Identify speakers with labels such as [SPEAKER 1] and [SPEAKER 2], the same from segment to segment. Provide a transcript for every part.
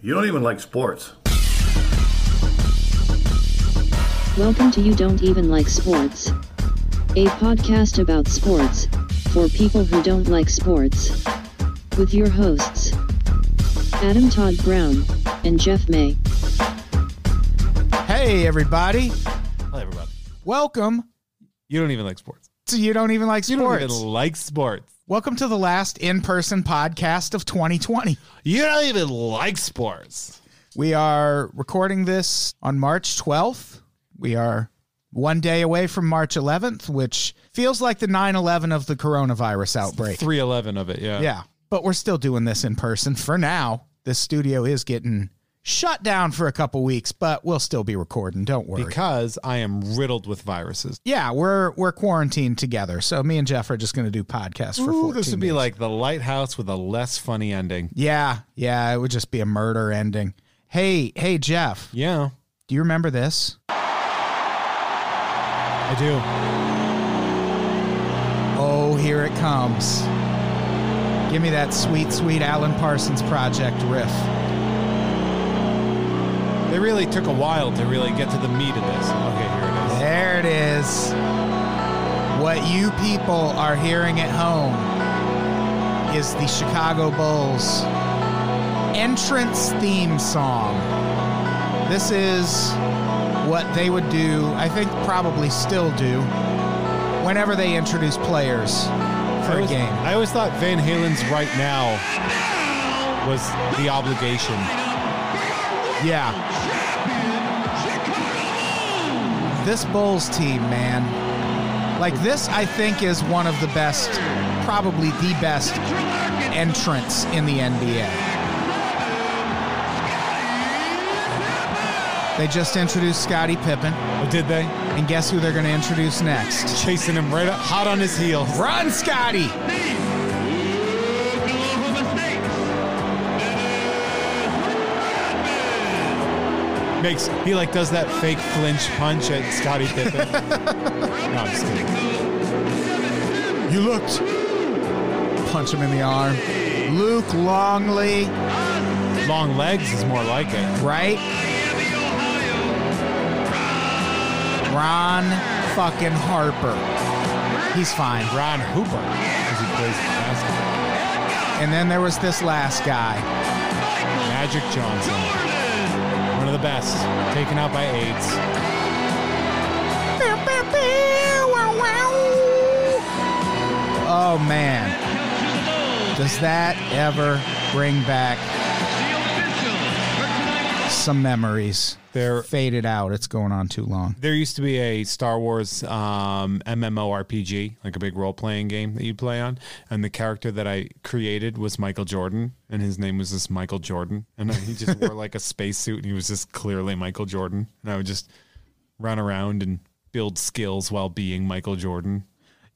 [SPEAKER 1] You don't even like sports.
[SPEAKER 2] Welcome to You Don't Even Like Sports, a podcast about sports for people who don't like sports. With your hosts, Adam Todd Brown and Jeff May.
[SPEAKER 3] Hey, everybody.
[SPEAKER 4] Hello, everybody.
[SPEAKER 3] Welcome
[SPEAKER 4] You don't even like sports.
[SPEAKER 3] to You Don't Even Like
[SPEAKER 4] You
[SPEAKER 3] Sports.
[SPEAKER 4] don't even like sports.
[SPEAKER 3] Welcome to the last in person podcast of 2020.
[SPEAKER 4] You don't even like sports.
[SPEAKER 3] We are recording this on March 12th. We are one day away from March 11th, which feels like the 9 11 of the coronavirus outbreak.
[SPEAKER 4] 311 of it, yeah.
[SPEAKER 3] Yeah, but we're still doing this in person for now. The studio is getting shut down for a couple weeks, but we'll still be recording. Don't worry.
[SPEAKER 4] Because I am riddled with viruses.
[SPEAKER 3] yeah, we're we're quarantined together, so me and Jeff are just going to do podcasts for.
[SPEAKER 4] Ooh,
[SPEAKER 3] 14
[SPEAKER 4] this would be
[SPEAKER 3] days.
[SPEAKER 4] like the lighthouse with a less funny ending.
[SPEAKER 3] Yeah, yeah, it would just be a murder ending. Hey, hey, Jeff,
[SPEAKER 4] Yeah.
[SPEAKER 3] do you remember this?
[SPEAKER 4] I do.
[SPEAKER 3] Oh, here it comes. Give me that sweet, sweet Alan Parsons Project riff.
[SPEAKER 4] They really took a while to really get to the meat of this. Okay, here it is.
[SPEAKER 3] There it is. What you people are hearing at home is the Chicago Bulls entrance theme song. This is what they would do, I think probably still do, whenever they introduce players
[SPEAKER 4] I
[SPEAKER 3] for a
[SPEAKER 4] always,
[SPEAKER 3] game.
[SPEAKER 4] I always thought Van Halen's right now was the obligation.
[SPEAKER 3] Yeah. This Bulls team, man. Like this I think is one of the best, probably the best entrance in the NBA. They just introduced Scottie Pippen,
[SPEAKER 4] Oh, did they?
[SPEAKER 3] and guess who they're going to introduce next?
[SPEAKER 4] Chasing him right up, hot on his heels.
[SPEAKER 3] Run, Scotty!
[SPEAKER 4] Makes he like does that fake flinch punch at Scotty Pippen. no, I'm just kidding.
[SPEAKER 3] You looked. Punch him in the arm. Luke Longley,
[SPEAKER 4] Long legs is more like it.
[SPEAKER 3] right? Ron fucking Harper. He's fine.
[SPEAKER 4] Ron Hooper as he plays basketball.
[SPEAKER 3] And then there was this last guy.
[SPEAKER 4] Magic Johnson, one of the best, taken out by AIDS.
[SPEAKER 3] Oh man. Does that ever bring back some memories?
[SPEAKER 4] There-
[SPEAKER 3] faded out. It's going on too long.
[SPEAKER 4] There used to be a Star Wars um, MMORPG, like a big role playing game that you play on, and the character that I created was Michael Jordan, and his name was just Michael Jordan, and he just wore like a spacesuit, and he was just clearly Michael Jordan, and I would just run around and build skills while being Michael Jordan.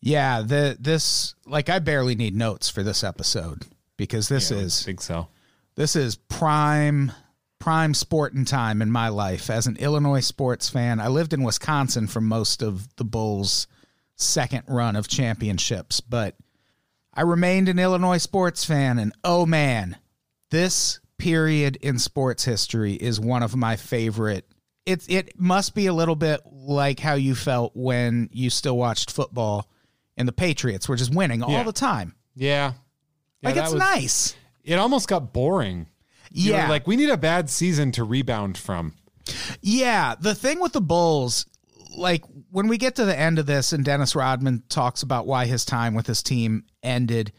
[SPEAKER 3] Yeah, the this like I barely need notes for this episode because this
[SPEAKER 4] I
[SPEAKER 3] is
[SPEAKER 4] think so.
[SPEAKER 3] this is prime prime sporting time in my life as an illinois sports fan i lived in wisconsin for most of the bulls second run of championships but i remained an illinois sports fan and oh man this period in sports history is one of my favorite it, it must be a little bit like how you felt when you still watched football and the patriots were just winning all
[SPEAKER 4] Yeah.
[SPEAKER 3] the time
[SPEAKER 4] Yeah, Yeah,
[SPEAKER 3] like
[SPEAKER 4] that
[SPEAKER 3] it's
[SPEAKER 4] was-
[SPEAKER 3] nice
[SPEAKER 4] It almost got boring. You were
[SPEAKER 3] yeah
[SPEAKER 4] like we need a bad season to rebound from.
[SPEAKER 3] Yeah, the thing with the Bulls, like when we get to the end of this and Dennis Rodman talks about why his time with his team ended,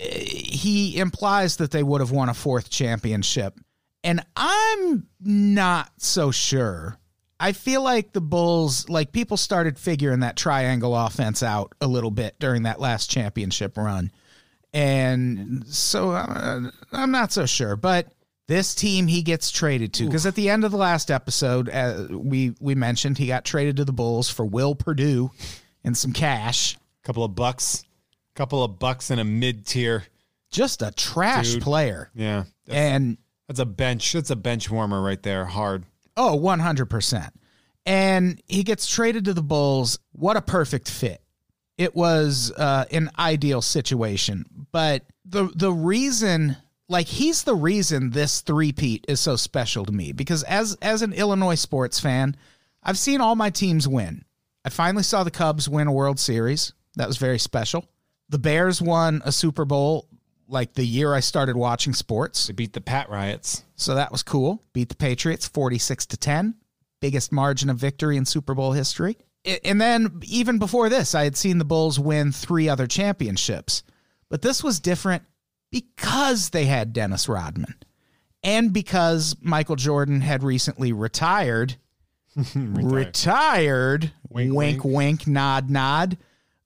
[SPEAKER 3] eh, he implies that they would have won a fourth championship. And I'm not so sure. I feel like the Bulls, like people started figuring that triangle offense out a little bit during that last championship run. And so uh, I'm not so sure, but this team he gets traded to because at the end of the last episode, uh, we we mentioned he got traded to the Bulls for Will Purdue and some cash.
[SPEAKER 4] couple of bucks, couple of bucks in a mid tier.
[SPEAKER 3] Just a trash
[SPEAKER 4] Dude.
[SPEAKER 3] player.
[SPEAKER 4] Yeah,
[SPEAKER 3] And
[SPEAKER 4] That's a bench. That's a bench warmer right there. Hard.
[SPEAKER 3] Oh, 100%. And he gets traded to the Bulls. What a perfect fit. It was uh, an ideal situation. But the the reason like he's the reason this three-peat is so special to me because as as an Illinois sports fan, I've seen all my teams win. I finally saw the Cubs win a World Series. That was very special. The Bears won a Super Bowl like the year I started watching sports.
[SPEAKER 4] They beat the Pat riots.
[SPEAKER 3] So that was cool. Beat the Patriots 46 to 10, biggest margin of victory in Super Bowl history. I- And then even before this, I had seen the Bulls win three other championships. But this was different because they had Dennis Rodman and because Michael Jordan had recently retired. retired,
[SPEAKER 4] Wink,
[SPEAKER 3] wink, wink,
[SPEAKER 4] wink.
[SPEAKER 3] nod, nod,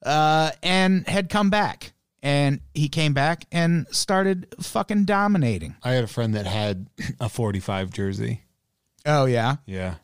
[SPEAKER 3] uh, and had come back. And he came back and started fucking dominating.
[SPEAKER 4] I had a friend that had a 45 jersey.
[SPEAKER 3] Oh, yeah.
[SPEAKER 4] Yeah.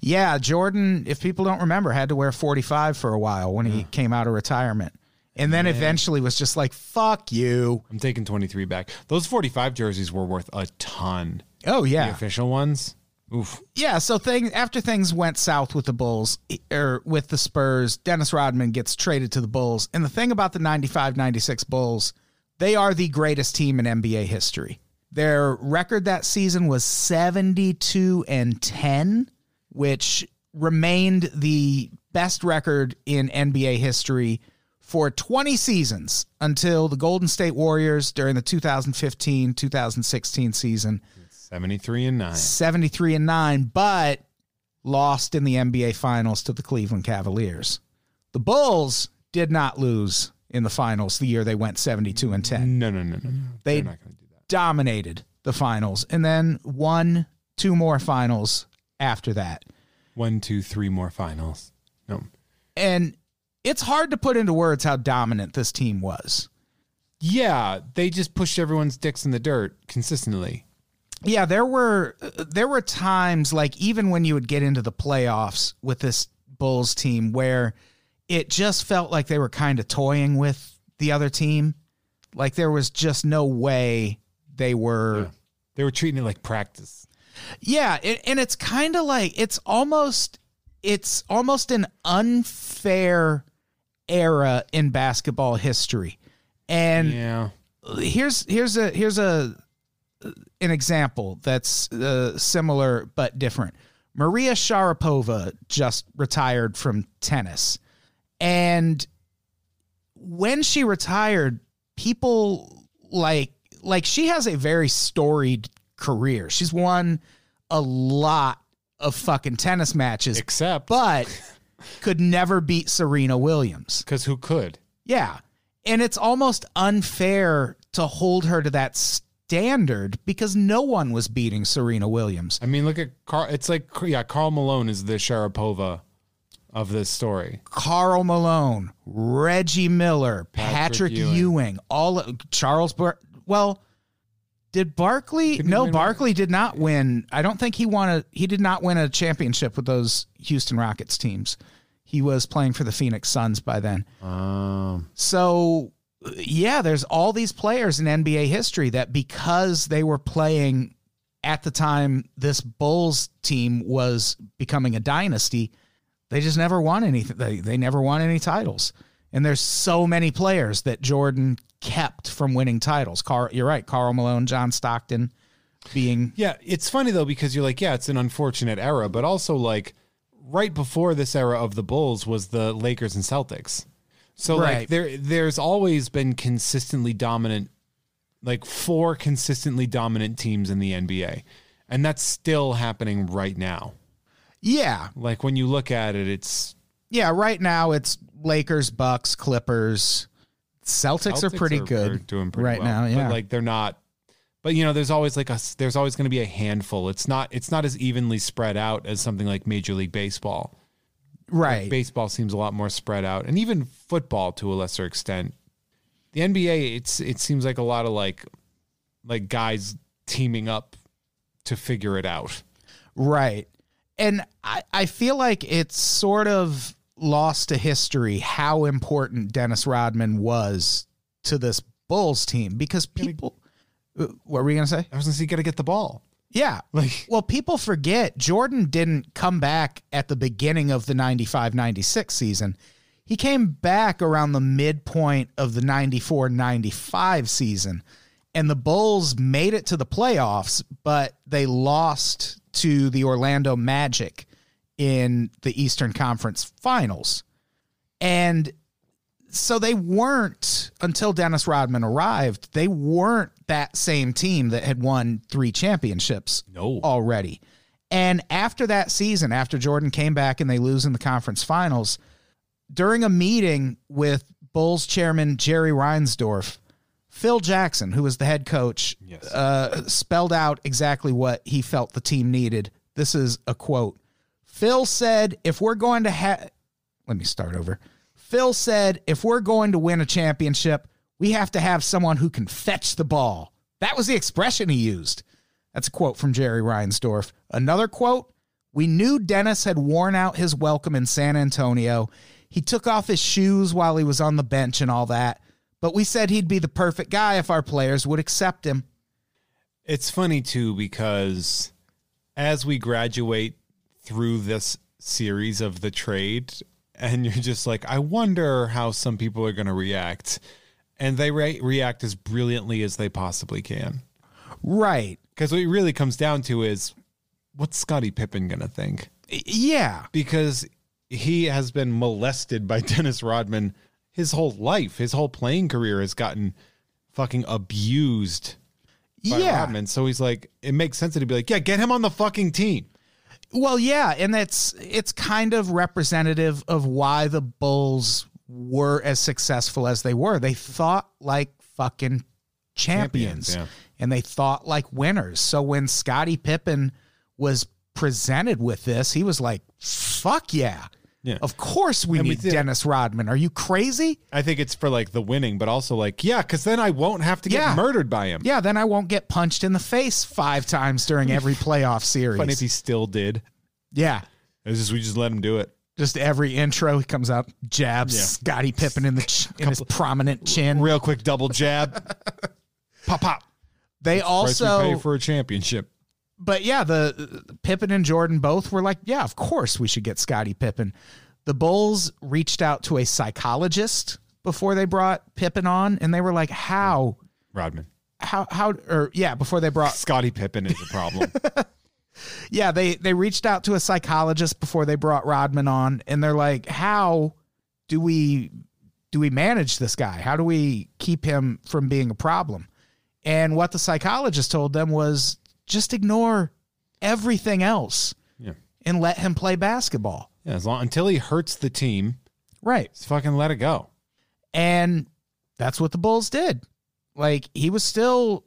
[SPEAKER 3] Yeah, Jordan, if people don't remember, had to wear 45 for a while when he came out of retirement. And then eventually was just like, fuck you.
[SPEAKER 4] I'm taking 23 back. Those 45 jerseys were worth a ton.
[SPEAKER 3] Oh,
[SPEAKER 4] The
[SPEAKER 3] yeah.
[SPEAKER 4] official ones? Oof.
[SPEAKER 3] Yeah, so thing after things went south with the Bulls or with the Spurs, Dennis Rodman gets traded to the Bulls. And the thing about the 95-96 Bulls, they are the greatest team in NBA history. Their record that season was 72 and 10, which remained the best record in NBA history for 20 seasons until the Golden State Warriors during the 2015-2016 season
[SPEAKER 4] 73 and 9.
[SPEAKER 3] 73 and 9 but lost in the NBA finals to the Cleveland Cavaliers. The Bulls did not lose in the finals the year they went 72 and 10.
[SPEAKER 4] No, no, no, no, no.
[SPEAKER 3] They-
[SPEAKER 4] They're not going to do that.
[SPEAKER 3] Dominated the finals and then won two more finals after that.
[SPEAKER 4] One, two, three more finals. No.
[SPEAKER 3] And it's hard to put into words how dominant this team was.
[SPEAKER 4] Yeah, they just pushed everyone's dicks in the dirt consistently.
[SPEAKER 3] Yeah, there were there were times like even when you would get into the playoffs with this Bulls team where it just felt like they were kind of toying with the other team. Like there was just no way they were
[SPEAKER 4] They were treating it like practice.
[SPEAKER 3] yeah, it, and it's kind of like it's almost it's almost an unfair era in basketball history. And
[SPEAKER 4] yeah.
[SPEAKER 3] here's here's a here's a an example that's uh, similar but different. Maria Sharapova just retired from tennis, and when she retired, people like like she has a very storied career. She's won a lot of fucking tennis matches,
[SPEAKER 4] Except
[SPEAKER 3] but could never beat Serena Williams.
[SPEAKER 4] because who could?
[SPEAKER 3] Yeah. And it's almost unfair to hold her to that standard because no one was beating Serena Williams.
[SPEAKER 4] I mean, look at Carl. It's like, yeah, Carl Malone is the Sharapova of this story.
[SPEAKER 3] Carl Malone, Reggie Miller, Patrick,
[SPEAKER 4] Patrick
[SPEAKER 3] Ewing.
[SPEAKER 4] Ewing.
[SPEAKER 3] all Charles Bar- well did Barkley
[SPEAKER 4] Didn't he
[SPEAKER 3] no
[SPEAKER 4] win
[SPEAKER 3] Barkley did not win. I don't think he won a he did not win a championship with those Houston Rockets teams. He was playing for the Phoenix Suns by then.
[SPEAKER 4] Um,
[SPEAKER 3] So yeah, there's all these players in NBA history that because they were playing at the time this Bulls team was becoming a dynasty, they just never won anything. They they never won any titles. And there's so many players that Jordan kept from winning titles. Carl, you're right. Carl Malone, John Stockton, being
[SPEAKER 4] yeah, it's funny though because you're like, yeah, it's an unfortunate era, but also like right before this era of the Bulls was the Lakers and Celtics. So
[SPEAKER 3] Right.
[SPEAKER 4] like there there's always been consistently dominant like four consistently dominant teams in the NBA. And that's still happening right now.
[SPEAKER 3] yeah,
[SPEAKER 4] Like when you look at it, it's
[SPEAKER 3] yeah. Right now it's Lakers, Bucks, Clippers, Celtics, are pretty good
[SPEAKER 4] are doing pretty
[SPEAKER 3] right
[SPEAKER 4] well.
[SPEAKER 3] now. Yeah,
[SPEAKER 4] but like they're not. But you know, there's always like a s- there's always going to be a handful. It's not it's not as evenly spread out as something like Major League Baseball.
[SPEAKER 3] right.
[SPEAKER 4] Baseball seems a lot more spread out, and even football to a lesser extent. The NBA, it's it seems like a lot of like like guys teaming up to figure it out.
[SPEAKER 3] Right. And I, I feel like it's sort of lost to history how important Dennis Rodman was to this Bulls team because people. uh, What were we going to say?
[SPEAKER 4] I was going to say, you got to get the ball.
[SPEAKER 3] Yeah.
[SPEAKER 4] Like-
[SPEAKER 3] well, people forget Jordan didn't come back at the beginning of the 95 96 season. He came back around the midpoint of the 94 95 season and the Bulls made it to the playoffs, but they lost to the Orlando Magic in the Eastern Conference Finals. And so they weren't until Dennis Rodman arrived, they weren't that same team that had won 3 championships
[SPEAKER 4] No.
[SPEAKER 3] already. And after that season, after Jordan came back and they lose in the conference finals, during a meeting with Bulls chairman Jerry Reinsdorf, Phil Jackson, who was the head coach,
[SPEAKER 4] Yes.
[SPEAKER 3] uh, spelled out exactly what he felt the team needed. This is a quote. Phil said, if we're going to have, let me start over. Phil said, if we're going to win a championship, we have to have someone who can fetch the ball. That was the expression he used. That's a quote from Jerry Reinsdorf. Another quote We knew Dennis had worn out his welcome in San Antonio. He took off his shoes while he was on the bench and all that, but we said he'd be the perfect guy if our players would accept him.
[SPEAKER 4] It's funny too because as we graduate through this series of the trade, and you're just like, I wonder how some people are going to react, and they re- react as brilliantly as they possibly can.
[SPEAKER 3] Right.
[SPEAKER 4] Because what it really comes down to is, what's Scottie Pippen going to think?
[SPEAKER 3] Y- Yeah.
[SPEAKER 4] because he has been molested by Dennis Rodman his whole life. His whole playing career has gotten fucking abused by
[SPEAKER 3] yeah.
[SPEAKER 4] Rodman. So he's like, it makes sense to be like, yeah, get him on the fucking team.
[SPEAKER 3] Well, yeah, and that's it's kind of representative of why the Bulls were as successful as they were. They thought like fucking champions,
[SPEAKER 4] Champions, yeah.
[SPEAKER 3] and they thought like winners. So when Scottie Pippen was presented with this, he was like, "Fuck yeah."
[SPEAKER 4] Yeah.
[SPEAKER 3] Of course we
[SPEAKER 4] And we
[SPEAKER 3] need
[SPEAKER 4] did.
[SPEAKER 3] Dennis Rodman. Are you crazy?
[SPEAKER 4] I think it's for like the winning, but also like, yeah, because then I won't have to get
[SPEAKER 3] Yeah.
[SPEAKER 4] murdered by him.
[SPEAKER 3] Yeah, then I won't get punched in the face five times during every playoff series.
[SPEAKER 4] Funny if he still did.
[SPEAKER 3] yeah.
[SPEAKER 4] It's just we just let him do it.
[SPEAKER 3] Just every intro, he comes out, jabs
[SPEAKER 4] Yeah.
[SPEAKER 3] Scottie Pippen in the ch- in his prominent chin.
[SPEAKER 4] Real quick double jab.
[SPEAKER 3] Pop pop. They
[SPEAKER 4] Price we
[SPEAKER 3] also,
[SPEAKER 4] pay for a championship.
[SPEAKER 3] but yeah, the Pippen and Jordan both were like, yeah, of course we should get Scottie Pippen. The Bulls reached out to a psychologist before they brought Pippen on, and they were like, how,
[SPEAKER 4] Rodman.
[SPEAKER 3] how, how, or yeah, before they brought
[SPEAKER 4] Scottie Pippen is a problem.
[SPEAKER 3] yeah, they they reached out to a psychologist before they brought Rodman on, and they're like, "How do we do we manage this guy? How do we keep him from being a problem?" And what the psychologist told them was, "Just ignore everything else
[SPEAKER 4] yeah.
[SPEAKER 3] and let him play basketball."
[SPEAKER 4] yeah. As long until he hurts the team,
[SPEAKER 3] Right,
[SPEAKER 4] just fucking let it go.
[SPEAKER 3] and that's what the Bulls did. Like he was still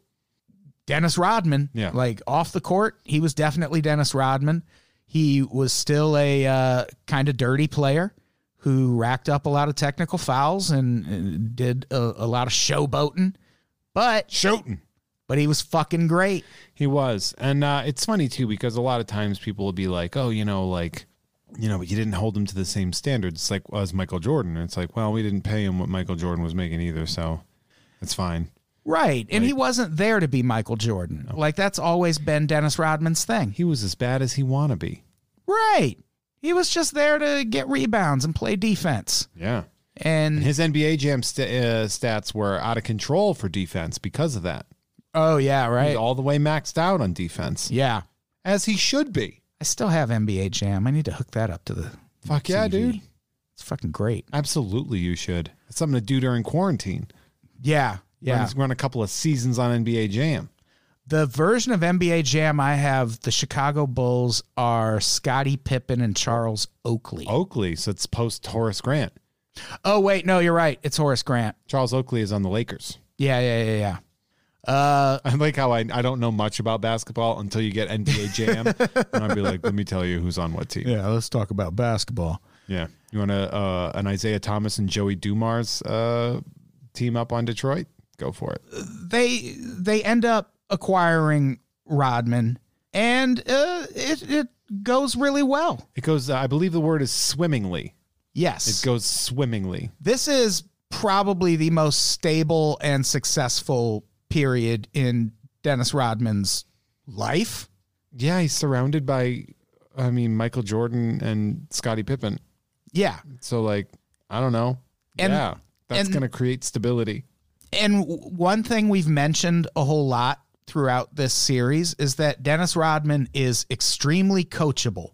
[SPEAKER 3] Dennis Rodman.
[SPEAKER 4] Yeah.
[SPEAKER 3] Like off the court, he was definitely Dennis Rodman. He was still a uh, kind of dirty player who racked up a lot of technical fouls and, and did a, a lot of showboating. But
[SPEAKER 4] Shooting.
[SPEAKER 3] but he was fucking great.
[SPEAKER 4] He was. And uh, it's funny too because a lot of times people will be like, "Oh, you know, like, you know, but you didn't hold him to the same standards It's like as Michael Jordan." And it's like, "Well, we didn't pay him what Michael Jordan was making either, so it's fine."
[SPEAKER 3] Right. And he wasn't there to be Michael Jordan. Like that's always been Dennis Rodman's thing.
[SPEAKER 4] He was as bad as he wanna be.
[SPEAKER 3] Right. He was just there to get rebounds and play defense.
[SPEAKER 4] Yeah.
[SPEAKER 3] And
[SPEAKER 4] His NBA Jam st- uh, stats were out of control for defense because of that.
[SPEAKER 3] Oh yeah,
[SPEAKER 4] He
[SPEAKER 3] right.
[SPEAKER 4] was all the way maxed out on defense,
[SPEAKER 3] yeah.
[SPEAKER 4] as he should be.
[SPEAKER 3] I still have NBA Jam. I need to hook that up to the
[SPEAKER 4] Fuck yeah,
[SPEAKER 3] TV.
[SPEAKER 4] dude.
[SPEAKER 3] It's fucking great.
[SPEAKER 4] Absolutely, you should. It's something to do during quarantine.
[SPEAKER 3] Yeah. Yeah.
[SPEAKER 4] Run, run a couple of seasons on NBA Jam.
[SPEAKER 3] The version of NBA Jam I have, the Chicago Bulls are Scottie Pippen and Charles Oakley. Oh,
[SPEAKER 4] Oakley, so it's post Horace Grant.
[SPEAKER 3] wait, no, you're right. It's Horace Grant.
[SPEAKER 4] Charles Oakley is on the Lakers.
[SPEAKER 3] Yeah, yeah, yeah, yeah. Uh
[SPEAKER 4] I like how I, I don't know much about basketball until you get NBA Jam, and I'd be like, let me tell you who's on what team. Yeah,
[SPEAKER 3] Yeah, let's talk about basketball.
[SPEAKER 4] you want to uh, an Isaiah Thomas and Joey Dumars uh, team up on Detroit? Go for it.
[SPEAKER 3] They they end up acquiring Rodman and uh it it goes really well.
[SPEAKER 4] It goes. Uh, I believe the word is swimmingly.
[SPEAKER 3] Yes.
[SPEAKER 4] It goes swimmingly.
[SPEAKER 3] this is probably the most stable and successful period in Dennis Rodman's life.
[SPEAKER 4] Yeah, he's surrounded by, I mean, Michael Jordan and Scottie Pippen.
[SPEAKER 3] Yeah.
[SPEAKER 4] So like, I don't know.
[SPEAKER 3] And-
[SPEAKER 4] yeah, that's
[SPEAKER 3] and-
[SPEAKER 4] gonna create stability.
[SPEAKER 3] and w- one thing we've mentioned a whole lot throughout this series is that Dennis Rodman is extremely coachable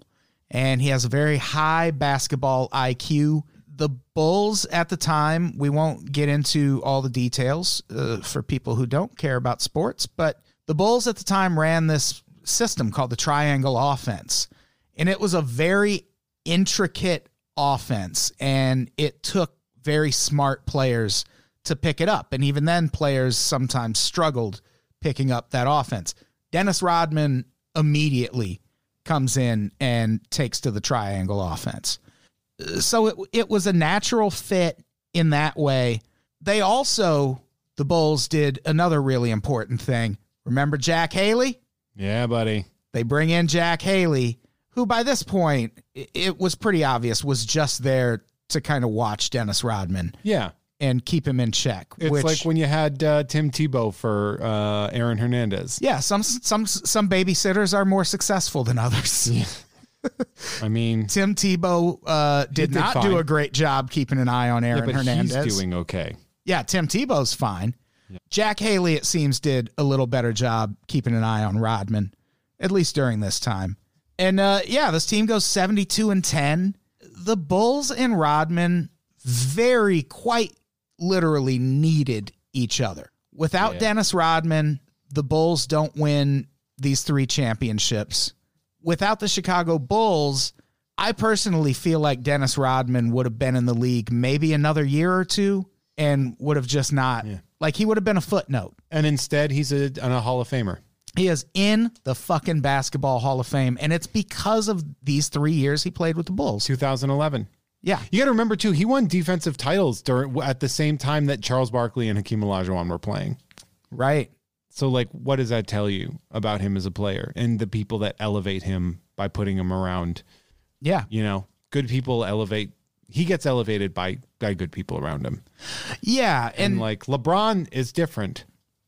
[SPEAKER 3] and he has a very high basketball IQ. The Bulls at the time, we won't get into all the details uh, for people who don't care about sports, but the Bulls at the time ran this system called the triangle offense. And it was a very intricate offense, and it took very smart players to pick it up. And even then, players sometimes struggled picking up that offense. Dennis Rodman immediately comes in and takes to the triangle offense. So it it was a natural fit in that way. They also the Bulls did another really important thing. Remember Jack Haley?
[SPEAKER 4] Yeah, buddy.
[SPEAKER 3] They bring in Jack Haley, who by this point i- it was pretty obvious was just there to kind of watch Dennis Rodman
[SPEAKER 4] Yeah.
[SPEAKER 3] and keep him in check.
[SPEAKER 4] It's
[SPEAKER 3] which,
[SPEAKER 4] like when you had uh, Tim Tebow for uh, Aaron Hernandez.
[SPEAKER 3] yeah, some some some babysitters are more successful than others.
[SPEAKER 4] I mean,
[SPEAKER 3] Tim Tebow uh, did,
[SPEAKER 4] did
[SPEAKER 3] not
[SPEAKER 4] fine.
[SPEAKER 3] do a great job keeping an eye on
[SPEAKER 4] yeah,
[SPEAKER 3] Aaron
[SPEAKER 4] but
[SPEAKER 3] Hernandez.
[SPEAKER 4] he's doing okay.
[SPEAKER 3] yeah, Tim Tebow's fine. Jack Haley, it seems, did a little better job keeping an eye on Rodman, at least during this time. And uh, yeah, this team goes 72 and 10. The Bulls and Rodman very, quite literally needed each other. Without
[SPEAKER 4] Yeah.
[SPEAKER 3] Dennis Rodman, the Bulls don't win these three championships. Without the Chicago Bulls, I personally feel like Dennis Rodman would have been in the league maybe another year or two and would have just not,
[SPEAKER 4] Yeah.
[SPEAKER 3] like, he would have been a footnote.
[SPEAKER 4] And instead, he's a, an- a Hall of Famer.
[SPEAKER 3] He is in the fucking Basketball Hall of Fame, and it's because of these three years he played with the Bulls.
[SPEAKER 4] 2011.
[SPEAKER 3] Yeah.
[SPEAKER 4] You got to remember too, he won defensive titles during at the same time that Charles Barkley and Hakeem Olajuwon were playing.
[SPEAKER 3] Right.
[SPEAKER 4] So, like, what does that tell you about him as a player and the people that elevate him by putting him around?
[SPEAKER 3] Yeah.
[SPEAKER 4] You know, good people elevate. He gets elevated by by good people around him.
[SPEAKER 3] Yeah.
[SPEAKER 4] And,
[SPEAKER 3] And,
[SPEAKER 4] like LeBron is different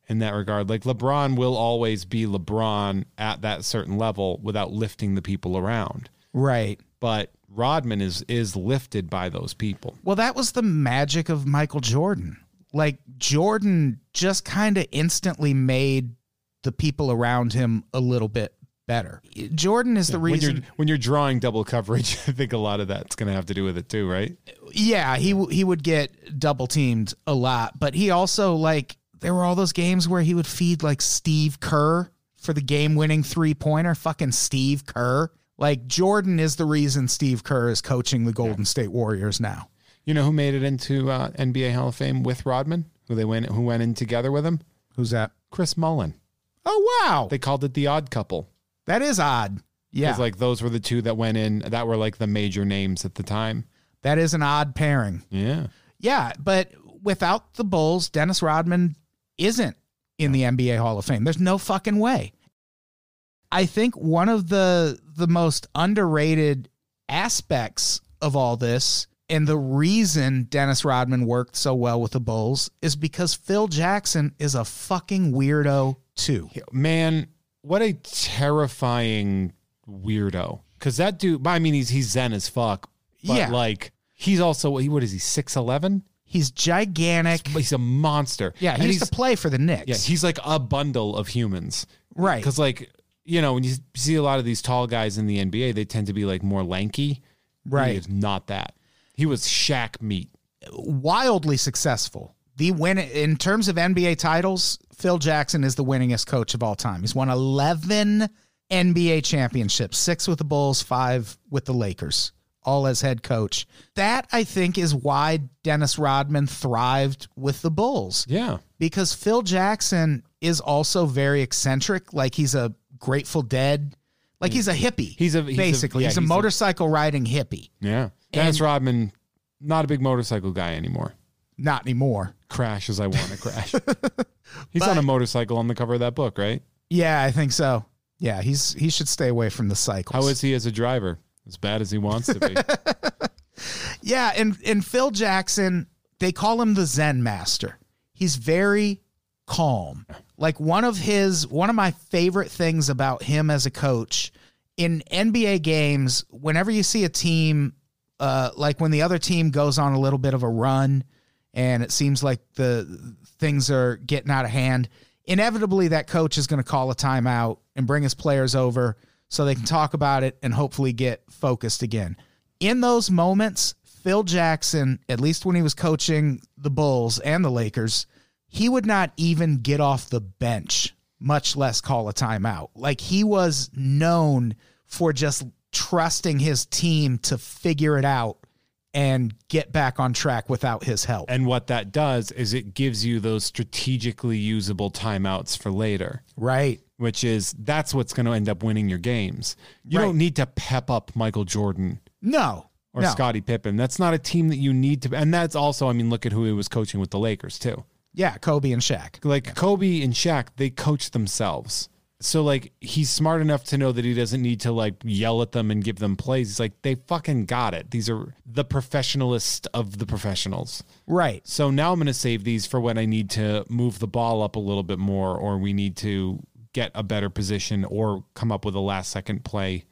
[SPEAKER 4] in that regard. Like LeBron will always be LeBron at that certain level without lifting the people around.
[SPEAKER 3] right.
[SPEAKER 4] But Rodman is is lifted by those people.
[SPEAKER 3] Well, that was the magic of Michael Jordan. Like Jordan just kind of instantly made the people around him a little bit better. Jordan is the
[SPEAKER 4] When
[SPEAKER 3] reason.
[SPEAKER 4] you're when you're drawing double coverage, I think a lot of that's going to have to do with it too, right?
[SPEAKER 3] Yeah, he w- he would get double teamed a lot, but he also like there were all those games where he would feed like Steve Kerr for the game winning three pointer. Fucking Steve Kerr. Like Jordan is the reason Steve Kerr is coaching the Golden State Warriors now.
[SPEAKER 4] You know who made it into uh, NBA Hall of Fame with Rodman? Who they went who went in together with him?
[SPEAKER 3] Who's that?
[SPEAKER 4] Chris Mullen.
[SPEAKER 3] Oh wow,
[SPEAKER 4] They called it the odd couple.
[SPEAKER 3] that is odd. Yeah,
[SPEAKER 4] Because like those were the two that went in that were like the major names at the time.
[SPEAKER 3] that is an odd pairing.
[SPEAKER 4] Yeah.
[SPEAKER 3] Yeah, but without the Bulls, Dennis Rodman isn't in the NBA Hall of Fame. There's no fucking way. I think one of the the most underrated aspects of all this and the reason Dennis Rodman worked so well with the Bulls is because Phil Jackson is a fucking weirdo too.
[SPEAKER 4] Man, what a terrifying weirdo. Cause that dude I mean he's he's zen as fuck. But
[SPEAKER 3] Yeah.
[SPEAKER 4] like he's also he what is he, six eleven?
[SPEAKER 3] He's gigantic.
[SPEAKER 4] He's a monster.
[SPEAKER 3] Yeah, he
[SPEAKER 4] And
[SPEAKER 3] used to play for the Knicks.
[SPEAKER 4] Yeah, he's like a bundle of humans.
[SPEAKER 3] right.
[SPEAKER 4] Because, like, you know, when you see a lot of these tall guys in the NBA, they tend to be like more lanky. He
[SPEAKER 3] Right.
[SPEAKER 4] is not that. He was Shaq meat.
[SPEAKER 3] wildly successful. The win in terms of NBA titles, Phil Jackson is the winningest coach of all time. He's won 11 NBA championships, six with the Bulls, five with the Lakers, all as head coach. That, I think, is why Dennis Rodman thrived with the Bulls
[SPEAKER 4] Yeah.
[SPEAKER 3] because Phil Jackson is also very eccentric. Like he's a Grateful Dead, like he's a hippie.
[SPEAKER 4] Mm. He's a- he's a-
[SPEAKER 3] basically,
[SPEAKER 4] yeah,
[SPEAKER 3] he's a
[SPEAKER 4] he's a-
[SPEAKER 3] motorcycle riding hippie.
[SPEAKER 4] Yeah. Dennis Rodman, not a big motorcycle guy anymore.
[SPEAKER 3] Not anymore.
[SPEAKER 4] Crash as I want to crash. He's on a motorcycle on the cover of that book, right?
[SPEAKER 3] Yeah, I think so. Yeah, he's he should stay away from the cycles.
[SPEAKER 4] How is he as a driver? As bad as he wants to be.
[SPEAKER 3] yeah, and and Phil Jackson, they call him the Zen master. He's very calm. Like one of his one of my favorite things about him as a coach in NBA games, whenever you see a team uh like when the other team goes on a little bit of a run and it seems like the things are getting out of hand. Inevitably, that coach is going to call a timeout and bring his players over so they can talk about it and hopefully get focused again. In those moments, Phil Jackson, at least when he was coaching the Bulls and the Lakers, he would not even get off the bench, much less call a timeout. Like he was known for just trusting his team to figure it out and get back on track without his help.
[SPEAKER 4] And what that does is it gives you those strategically usable timeouts for later,
[SPEAKER 3] right.
[SPEAKER 4] which is that's what's going to end up winning your games. You
[SPEAKER 3] Right.
[SPEAKER 4] don't need to pep up Michael Jordan
[SPEAKER 3] No.
[SPEAKER 4] or
[SPEAKER 3] no.
[SPEAKER 4] Scottie Pippen. That's not a team that you need to. And that's also, I mean, look at who he was coaching with the Lakers, too.
[SPEAKER 3] Yeah, Kobe and Shaq.
[SPEAKER 4] Like Kobe and Shaq, they coach themselves. So, like, he's smart enough to know that he doesn't need to, like, yell at them and give them plays. He's like, they fucking got it. These are the professionalists of the professionals.
[SPEAKER 3] Right.
[SPEAKER 4] So now I'm going to save these for when I need to move the ball up a little bit more, or we need to get a better position, or come up with a last second play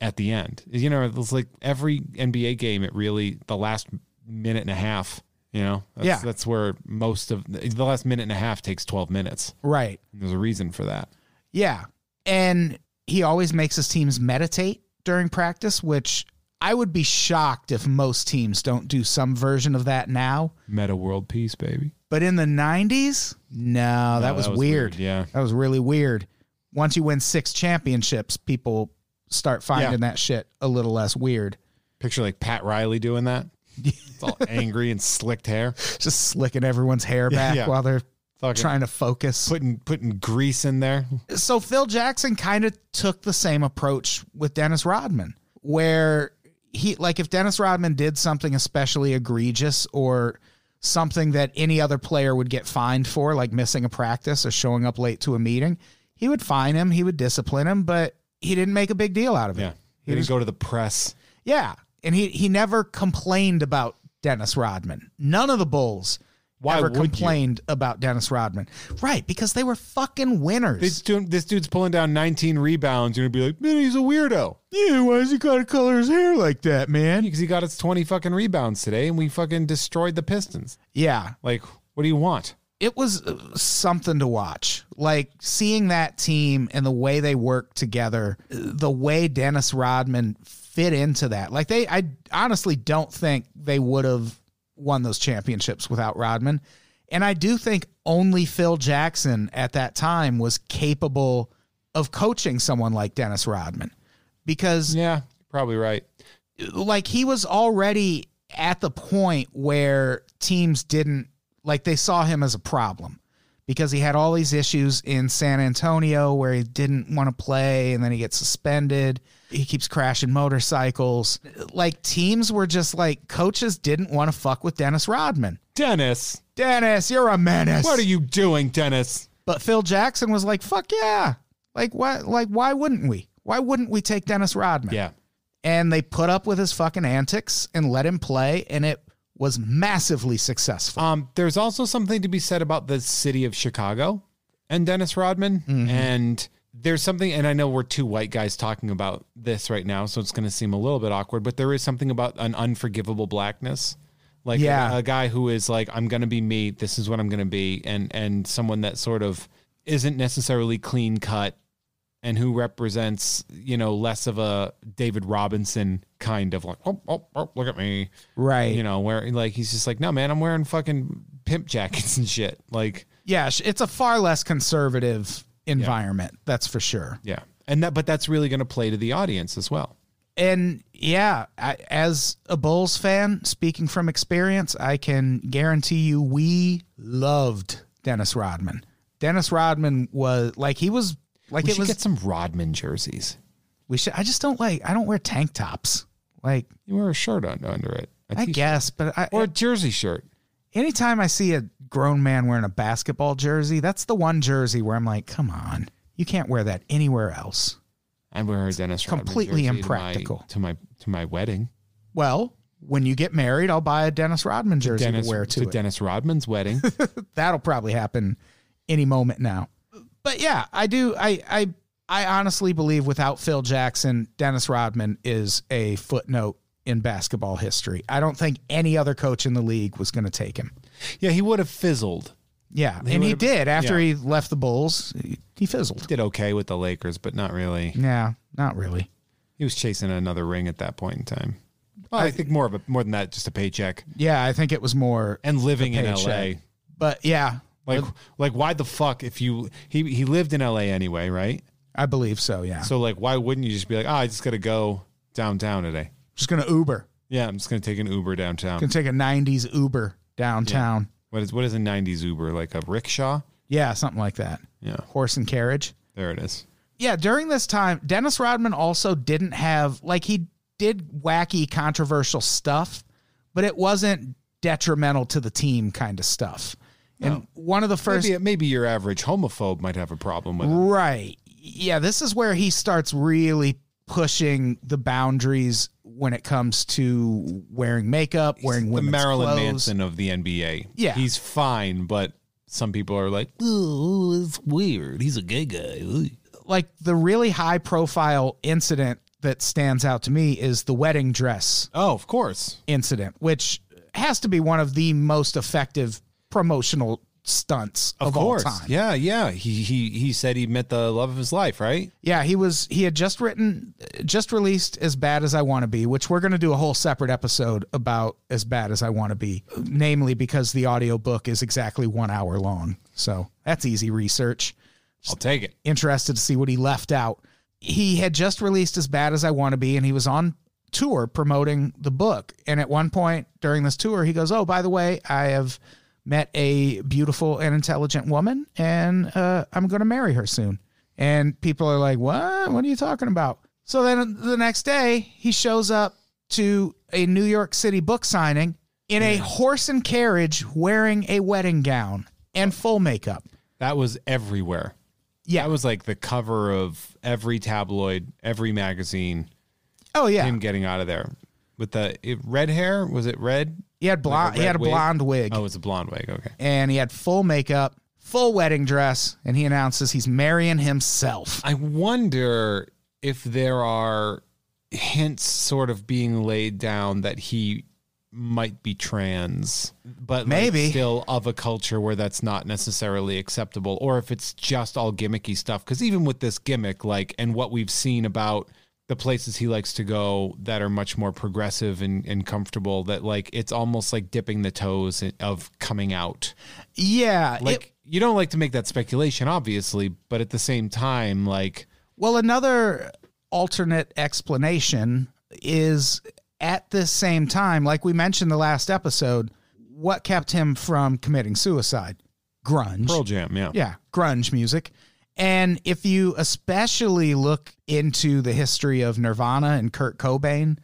[SPEAKER 4] at the end. You know, it's like every NBA game, it really, the last minute and a half, you know, that's,
[SPEAKER 3] Yeah.
[SPEAKER 4] that's where most of the last minute and a half takes 12 minutes.
[SPEAKER 3] Right.
[SPEAKER 4] There's a reason for that.
[SPEAKER 3] Yeah. And he always makes his teams meditate during practice, which I would be shocked if most teams don't do some version of that now.
[SPEAKER 4] Meta world peace, baby.
[SPEAKER 3] But in the 90s, no, that,
[SPEAKER 4] that
[SPEAKER 3] was,
[SPEAKER 4] was
[SPEAKER 3] weird.
[SPEAKER 4] weird, yeah.
[SPEAKER 3] That was really weird. Once you win six championships, people start finding that shit a little less weird.
[SPEAKER 4] Picture like Pat Riley doing that. It's all angry and slicked hair.
[SPEAKER 3] Just slicking everyone's hair back
[SPEAKER 4] yeah.
[SPEAKER 3] while they're
[SPEAKER 4] Fucking
[SPEAKER 3] trying to focus.
[SPEAKER 4] putting putting grease in there.
[SPEAKER 3] so Phil Jackson kind of took the same approach with Dennis Rodman, where he like if Dennis Rodman did something especially egregious or something that any other player would get fined for, like missing a practice or showing up late to a meeting, he would fine him, he would discipline him, but he didn't make a big deal out of it.
[SPEAKER 4] Yeah. He didn't go to the press.
[SPEAKER 3] Yeah. And he he never complained about Dennis Rodman. None of the Bulls
[SPEAKER 4] Why
[SPEAKER 3] ever
[SPEAKER 4] would you?
[SPEAKER 3] complained about Dennis Rodman. Right, because they were fucking winners.
[SPEAKER 4] This dude, this dude's pulling down 19 rebounds. You're gonna be like, man, he's a weirdo.
[SPEAKER 3] Yeah, why does he gotta color his hair like that, man?
[SPEAKER 4] Because he got us 20 fucking rebounds today, and we fucking destroyed the Pistons.
[SPEAKER 3] Yeah,
[SPEAKER 4] Like, what do you want?
[SPEAKER 3] it was uh, something to watch. Like seeing that team and the way they work together, uh, the way Dennis Rodman fit into that. Like they, I honestly don't think they would have won those championships without Rodman, and I do think only Phil Jackson at that time was capable of coaching someone like Dennis Rodman, because
[SPEAKER 4] Yeah, probably right.
[SPEAKER 3] like he was already at the point where teams didn't like they saw him as a problem because he had all these issues in San Antonio where he didn't want to play and then he gets suspended. He keeps crashing motorcycles. Like teams were just like coaches didn't want to fuck with Dennis Rodman.
[SPEAKER 4] Dennis,
[SPEAKER 3] Dennis, you're a menace.
[SPEAKER 4] what are you doing, Dennis?
[SPEAKER 3] But Phil Jackson was like, "Fuck yeah." Like what like why wouldn't we? Why wouldn't we take Dennis Rodman?
[SPEAKER 4] Yeah,
[SPEAKER 3] and they put up with his fucking antics and let him play and it was massively successful
[SPEAKER 4] Um, there's also something to be said about the city of Chicago and Dennis Rodman. And there's something, and I know we're two white guys talking about this right now, so it's going to seem a little bit awkward, but there is something about an unforgivable blackness. Like
[SPEAKER 3] Yeah.
[SPEAKER 4] a, a guy who is like, I'm going to be me. This is what I'm going to be. And, and someone that sort of isn't necessarily clean cut and who represents, you know, less of a David Robinson kind of like, oh, oh, oh look at me
[SPEAKER 3] right
[SPEAKER 4] you know, where like he's just like, no, man, I'm wearing fucking pimp jackets and shit. Like,
[SPEAKER 3] yeah sh- it's a far less conservative environment that's for sure
[SPEAKER 4] yeah, and that, but that's really going to play to the audience as well.
[SPEAKER 3] and yeah I, as a bulls fan speaking from experience i can guarantee you we loved dennis rodman dennis rodman was like he was like
[SPEAKER 4] We
[SPEAKER 3] it
[SPEAKER 4] should
[SPEAKER 3] was
[SPEAKER 4] get some Rodman jerseys.
[SPEAKER 3] we should i just don't like i don't wear tank tops like
[SPEAKER 4] You wear a shirt on, under it, a
[SPEAKER 3] i
[SPEAKER 4] t-shirt.
[SPEAKER 3] guess but i
[SPEAKER 4] or a jersey shirt.
[SPEAKER 3] anytime I see a grown man wearing a basketball jersey, that's the one jersey where I'm like, come on, you can't wear that anywhere else.
[SPEAKER 4] I wear a Dennis Rodman
[SPEAKER 3] completely
[SPEAKER 4] jersey to my-
[SPEAKER 3] impractical.
[SPEAKER 4] to my to my, wedding.
[SPEAKER 3] Well, when you get married, I'll buy a Dennis Rodman jersey
[SPEAKER 4] Dennis
[SPEAKER 3] to wear to, it.
[SPEAKER 4] Dennis Rodman's wedding.
[SPEAKER 3] That'll probably happen any moment now. But yeah, I do. I I I honestly believe without Phil Jackson, Dennis Rodman is a footnote in basketball history. I don't think any other coach in the league was going to take him.
[SPEAKER 4] Yeah, he would have fizzled.
[SPEAKER 3] Yeah, and he
[SPEAKER 4] would've-
[SPEAKER 3] did after
[SPEAKER 4] yeah.
[SPEAKER 3] he left the Bulls. He, he fizzled.
[SPEAKER 4] Did okay with the Lakers, but not really.
[SPEAKER 3] Yeah, not really.
[SPEAKER 4] He was chasing another ring at that point in time. Well, I think more of a, more than that, just a paycheck
[SPEAKER 3] Yeah, I think it was more.
[SPEAKER 4] and living in
[SPEAKER 3] paycheck.
[SPEAKER 4] L.A.
[SPEAKER 3] But yeah,
[SPEAKER 4] Like, like why the fuck if you he he lived in L.A. anyway, right?
[SPEAKER 3] I believe so. Yeah,
[SPEAKER 4] So like, why wouldn't you just be like, oh, I just gotta go downtown today?
[SPEAKER 3] just gonna Uber.
[SPEAKER 4] Yeah, I'm just gonna take an Uber downtown.
[SPEAKER 3] Gonna take a '90s Uber downtown.
[SPEAKER 4] What is what is a '90s Uber like a rickshaw?
[SPEAKER 3] Yeah, something like that.
[SPEAKER 4] Yeah,
[SPEAKER 3] Horse and carriage.
[SPEAKER 4] there it is.
[SPEAKER 3] Yeah, during this time, Dennis Rodman also didn't have like he did wacky, controversial stuff, but it wasn't detrimental to the team kind of stuff. And one of the first
[SPEAKER 4] Maybe, maybe your average homophobe might have a problem with it.
[SPEAKER 3] Right. Yeah, this is where he starts really pushing the boundaries when it comes to wearing makeup, wearing
[SPEAKER 4] the
[SPEAKER 3] women's
[SPEAKER 4] Marilyn
[SPEAKER 3] clothes.
[SPEAKER 4] Manson of the NBA.
[SPEAKER 3] Yeah.
[SPEAKER 4] he's fine, but some people are like, "Ooh, it's weird. He's a gay guy." Ooh."
[SPEAKER 3] Like the really high profile incident that stands out to me is the wedding dress
[SPEAKER 4] Oh, of course.
[SPEAKER 3] incident, which has to be one of the most effective promotional stunts of,
[SPEAKER 4] course.
[SPEAKER 3] all time.
[SPEAKER 4] Yeah, yeah. He he he said he met the love of his life, right?
[SPEAKER 3] Yeah, he was he had just written just released As Bad as I Want to Be, which we're going to do a whole separate episode about As Bad as I Want to Be, namely because the audiobook is exactly 1 hour long. So, that's easy research.
[SPEAKER 4] I'll take it.
[SPEAKER 3] Interested to see what he left out. He had just released As Bad as I Want to Be and he was on tour promoting the book. And at one point during this tour, he goes, "Oh, by the way, I have met a beautiful and intelligent woman and uh, I'm going to marry her soon. And people are like, what? What are you talking about? So then the next day, he shows up to a New York City book signing in a horse and carriage wearing a wedding gown and full makeup.
[SPEAKER 4] That was everywhere.
[SPEAKER 3] Yeah.
[SPEAKER 4] That was like the cover of every tabloid, every magazine.
[SPEAKER 3] Oh, yeah.
[SPEAKER 4] Him getting out of there with the it, red hair. Was it red?
[SPEAKER 3] He had, blonde,
[SPEAKER 4] Like
[SPEAKER 3] he
[SPEAKER 4] a red
[SPEAKER 3] had a
[SPEAKER 4] wig?
[SPEAKER 3] blonde wig
[SPEAKER 4] Oh, it's a blonde wig. Okay.
[SPEAKER 3] and he had full makeup, full wedding dress, and he announces he's marrying himself.
[SPEAKER 4] I wonder if there are hints sort of being laid down that he might be trans, but like,
[SPEAKER 3] Maybe.
[SPEAKER 4] still of a culture where that's not necessarily acceptable, or if it's just all gimmicky stuff. Because even with this gimmick, like, and what we've seen about the places he likes to go that are much more progressive and, and comfortable, that like it's almost like dipping the toes in- of coming out
[SPEAKER 3] Yeah. it-
[SPEAKER 4] like you don't like to make that speculation obviously but at the same time like
[SPEAKER 3] Well, another alternate explanation is at this same time, like we mentioned the last episode, what kept him from committing suicide? Grunge.
[SPEAKER 4] pearl jam yeah
[SPEAKER 3] Yeah, grunge music. And if you especially look into the history of Nirvana and Kurt Cobain,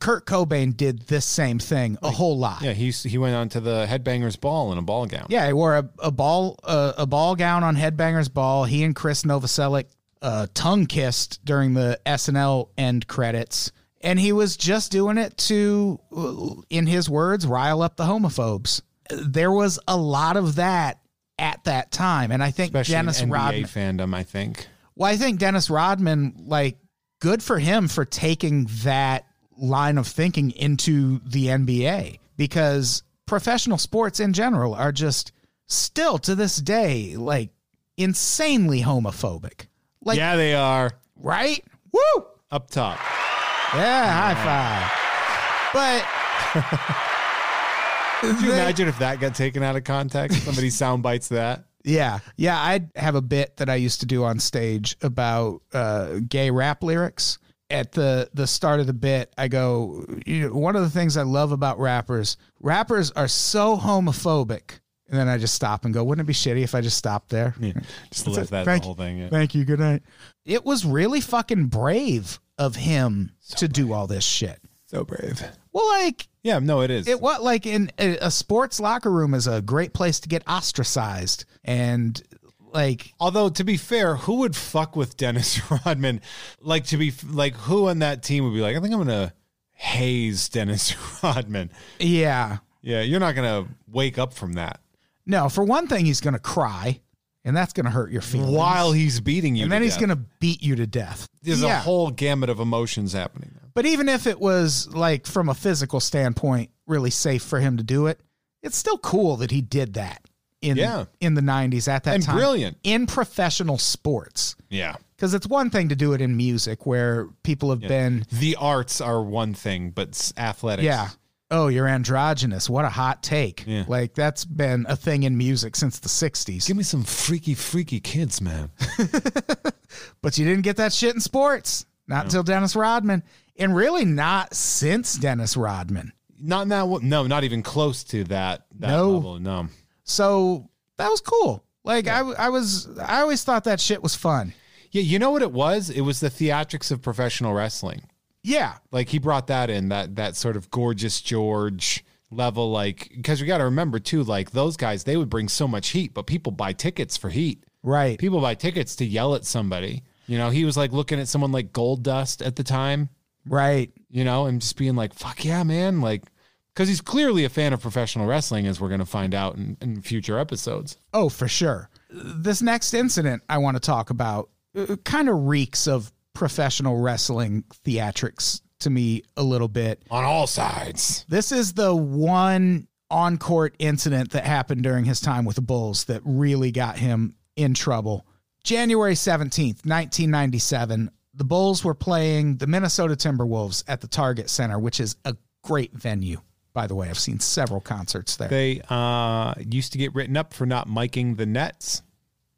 [SPEAKER 3] Kurt Cobain did this same thing a whole lot.
[SPEAKER 4] yeah he's he went on to the headbangers ball in a ball gown
[SPEAKER 3] Yeah, he wore a, a ball uh, a ball gown on Headbangers Ball. He and Chris Novoselic uh, tongue kissed during the SNL end credits, and he was just doing it to, uh, in his words, rile up the homophobes. There was a lot of that at that time, and I think
[SPEAKER 4] especially
[SPEAKER 3] Dennis
[SPEAKER 4] in NBA
[SPEAKER 3] Rodman.
[SPEAKER 4] fandom i think
[SPEAKER 3] Well, I think Dennis Rodman, like, good for him for taking that line of thinking into the NBA because professional sports in general are just still to this day, like, insanely homophobic. Like,
[SPEAKER 4] yeah they are
[SPEAKER 3] right? Woo!
[SPEAKER 4] up top
[SPEAKER 3] Yeah, high five. But.
[SPEAKER 4] Can you
[SPEAKER 3] they-
[SPEAKER 4] imagine if that got taken out of context somebody sound bites that
[SPEAKER 3] Yeah. Yeah. I'd have a bit that I used to do on stage about uh, gay rap lyrics. At the, the start of the bit, I go, you know, one of the things I love about rappers, rappers are so homophobic. And then I just stop and go, wouldn't it be shitty if I just stopped there?
[SPEAKER 4] just left that
[SPEAKER 3] Thank-
[SPEAKER 4] the whole thing yeah.
[SPEAKER 3] Thank you. Good night. It was really fucking brave of him to do all this shit.
[SPEAKER 4] so brave
[SPEAKER 3] Well, like,
[SPEAKER 4] yeah no it is
[SPEAKER 3] it what like in a, a sports locker room is a great place to get ostracized and like
[SPEAKER 4] Although to be fair, who would fuck with Dennis Rodman? Like to be like who on that team would be like, I think I'm gonna haze Dennis Rodman.
[SPEAKER 3] yeah
[SPEAKER 4] Yeah, you're not gonna wake up from that
[SPEAKER 3] No, for one thing, he's going to cry, and that's going to hurt your feelings.
[SPEAKER 4] while he's beating you.
[SPEAKER 3] and then
[SPEAKER 4] to
[SPEAKER 3] he's
[SPEAKER 4] death.
[SPEAKER 3] going to beat you to death.
[SPEAKER 4] There's
[SPEAKER 3] yeah.
[SPEAKER 4] a whole gamut of emotions happening. There.
[SPEAKER 3] But even if it was like from a physical standpoint, really safe for him to do it, it's still cool that he did that in
[SPEAKER 4] Yeah.
[SPEAKER 3] in the '90s at that
[SPEAKER 4] And
[SPEAKER 3] time.
[SPEAKER 4] brilliant.
[SPEAKER 3] in professional sports,
[SPEAKER 4] Yeah.
[SPEAKER 3] because it's one thing to do it in music where people have been,
[SPEAKER 4] The arts are one thing, but s- athletics.
[SPEAKER 3] yeah, oh, you're androgynous. What a hot take!
[SPEAKER 4] Yeah.
[SPEAKER 3] Like that's been a thing in music since the '60s.
[SPEAKER 4] Give me some freaky, freaky kids, man.
[SPEAKER 3] But you didn't get that shit in sports. Not until Dennis Rodman. And really not since Dennis Rodman.
[SPEAKER 4] Not in that one. No, not even close to that. that
[SPEAKER 3] No.
[SPEAKER 4] Level. No.
[SPEAKER 3] So that was cool. Like I, I was, I always thought that shit was fun.
[SPEAKER 4] Yeah. You know what it was? It was the theatrics of professional wrestling.
[SPEAKER 3] Yeah.
[SPEAKER 4] like he brought that in that that sort of gorgeous george level like because we got to remember too like those guys they would bring so much heat but people buy tickets for heat
[SPEAKER 3] Right.
[SPEAKER 4] people buy tickets to yell at somebody you know he was like looking at someone like gold dust at the time
[SPEAKER 3] Right.
[SPEAKER 4] you know and just being like fuck yeah man like because he's clearly a fan of professional wrestling as we're going to find out in, in future episodes
[SPEAKER 3] Oh, for sure. This next incident I want to talk about kind of reeks of professional wrestling theatrics to me a little bit.
[SPEAKER 4] on all sides
[SPEAKER 3] This is the one on court incident that happened during his time with the Bulls that really got him in trouble. January 17th, 1997, the Bulls were playing the Minnesota Timberwolves at the Target Center, which is a great venue, by the way. I've seen several concerts there.
[SPEAKER 4] they uh used to get written up for not miking the nets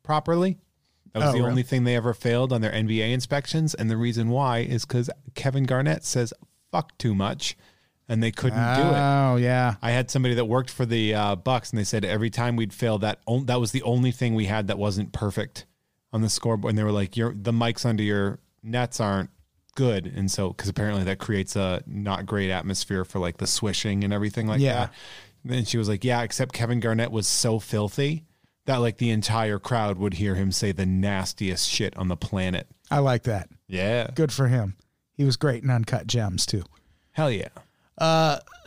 [SPEAKER 4] properly that was
[SPEAKER 3] Oh,
[SPEAKER 4] the
[SPEAKER 3] really?
[SPEAKER 4] only thing they ever failed on their nba inspections and the reason why is because kevin garnett says fuck too much and they couldn't do it
[SPEAKER 3] Oh, yeah.
[SPEAKER 4] i had somebody that worked for the uh, bucks and they said every time we'd fail that on- that was the only thing we had that wasn't perfect on the scoreboard and they were like your the mics under your nets aren't good and so because apparently that creates a not great atmosphere for like the swishing and everything like
[SPEAKER 3] Yeah.
[SPEAKER 4] that and then she was like, Yeah, except Kevin Garnett was so filthy that like the entire crowd would hear him say the nastiest shit on the planet.
[SPEAKER 3] I like that.
[SPEAKER 4] Yeah.
[SPEAKER 3] Good for him. He was great in Uncut Gems, too.
[SPEAKER 4] Hell yeah.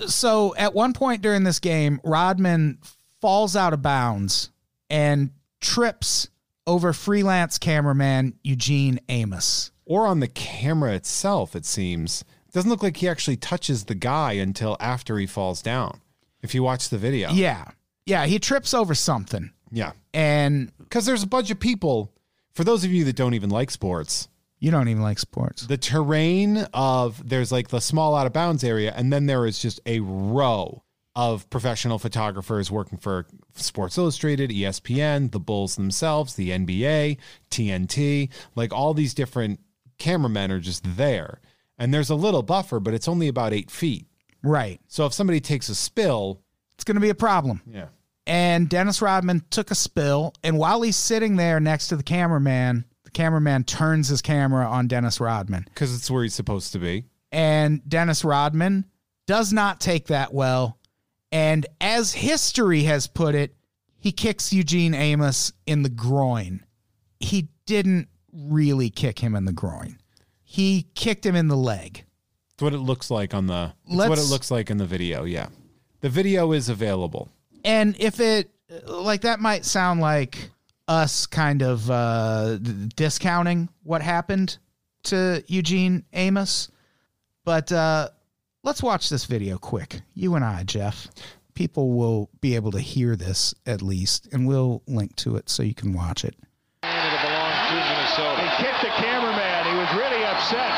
[SPEAKER 3] so at one point during this game, Rodman falls out of bounds and trips over freelance cameraman Eugene Amos.
[SPEAKER 4] Or on the camera itself, it seems. doesn't look like he actually touches the guy until after he falls down. If you watch the video.
[SPEAKER 3] Yeah. Yeah, he trips over something.
[SPEAKER 4] Yeah.
[SPEAKER 3] And
[SPEAKER 4] Because there's a bunch of people, for those of you that don't even like sports,
[SPEAKER 3] you don't even like sports.
[SPEAKER 4] the terrain of there's like the small out of bounds area and then there is just a row of professional photographers working for Sports Illustrated, E ESPN, the Bulls themselves, the NBA, TNT, like all these different cameramen are just there. And there's a little buffer, but it's only about eight feet.
[SPEAKER 3] Right.
[SPEAKER 4] So if somebody takes a spill,
[SPEAKER 3] It's going to be a problem.
[SPEAKER 4] yeah,
[SPEAKER 3] And Dennis Rodman took a spill. And while he's sitting there next to the cameraman, the cameraman turns his camera on Dennis Rodman.
[SPEAKER 4] because it's where he's supposed to be.
[SPEAKER 3] and Dennis Rodman does not take that well. And as history has put it, he kicks Eugene Amos in the groin. He didn't really kick him in the groin. He kicked him in the leg.
[SPEAKER 4] It's what it looks like on the. It's what it
[SPEAKER 3] Let's-
[SPEAKER 4] looks like in the video. Yeah, the video is available.
[SPEAKER 3] And if it like that might sound like us kind of uh d- discounting what happened to Eugene Amos, but uh let's watch this video quick. You and I, Jeff. People will be able to hear this at least and we'll link to it so you can watch it.
[SPEAKER 1] Canada belongs to Minnesota.
[SPEAKER 5] He kicked the cameraman. He was really upset.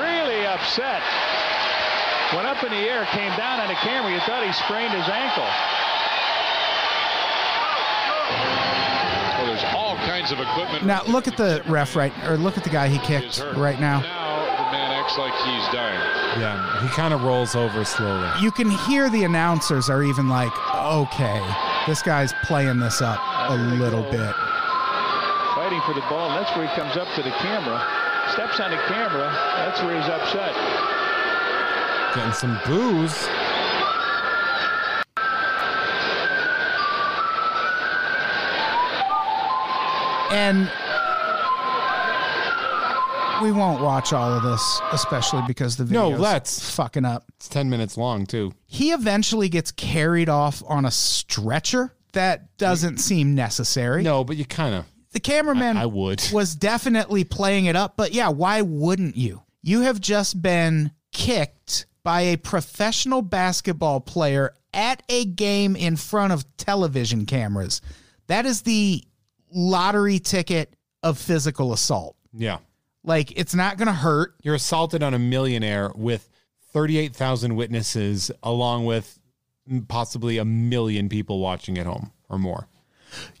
[SPEAKER 5] Really upset. Went up in the air, came down on the camera. You thought he sprained his ankle.
[SPEAKER 1] Well, there's all kinds of equipment.
[SPEAKER 3] Now look at the ref right or look at the guy he kicked right now.
[SPEAKER 1] Now the man acts like he's dying.
[SPEAKER 4] Yeah, he kind of rolls over slowly.
[SPEAKER 3] You can hear the announcers are even like, okay, this guy's playing this up a little bit.
[SPEAKER 5] Fighting for the ball. That's where he comes up to the camera. Steps on the camera. That's where he's upset.
[SPEAKER 4] Getting some booze.
[SPEAKER 3] And we won't watch all of this, especially because the
[SPEAKER 4] No,
[SPEAKER 3] video
[SPEAKER 4] let's.
[SPEAKER 3] fucking up.
[SPEAKER 4] It's 10 minutes long, too.
[SPEAKER 3] He eventually gets carried off on a stretcher. That doesn't seem necessary.
[SPEAKER 4] No, but you kind of.
[SPEAKER 3] The cameraman
[SPEAKER 4] I- I would.
[SPEAKER 3] was definitely playing it up, but yeah, why wouldn't you? You have just been kicked by a professional basketball player at a game in front of television cameras. That is the lottery ticket of physical assault.
[SPEAKER 4] Yeah.
[SPEAKER 3] Like it's not going to hurt.
[SPEAKER 4] You're assaulted on a millionaire with 38,000 witnesses, along with possibly a million people watching at home or more.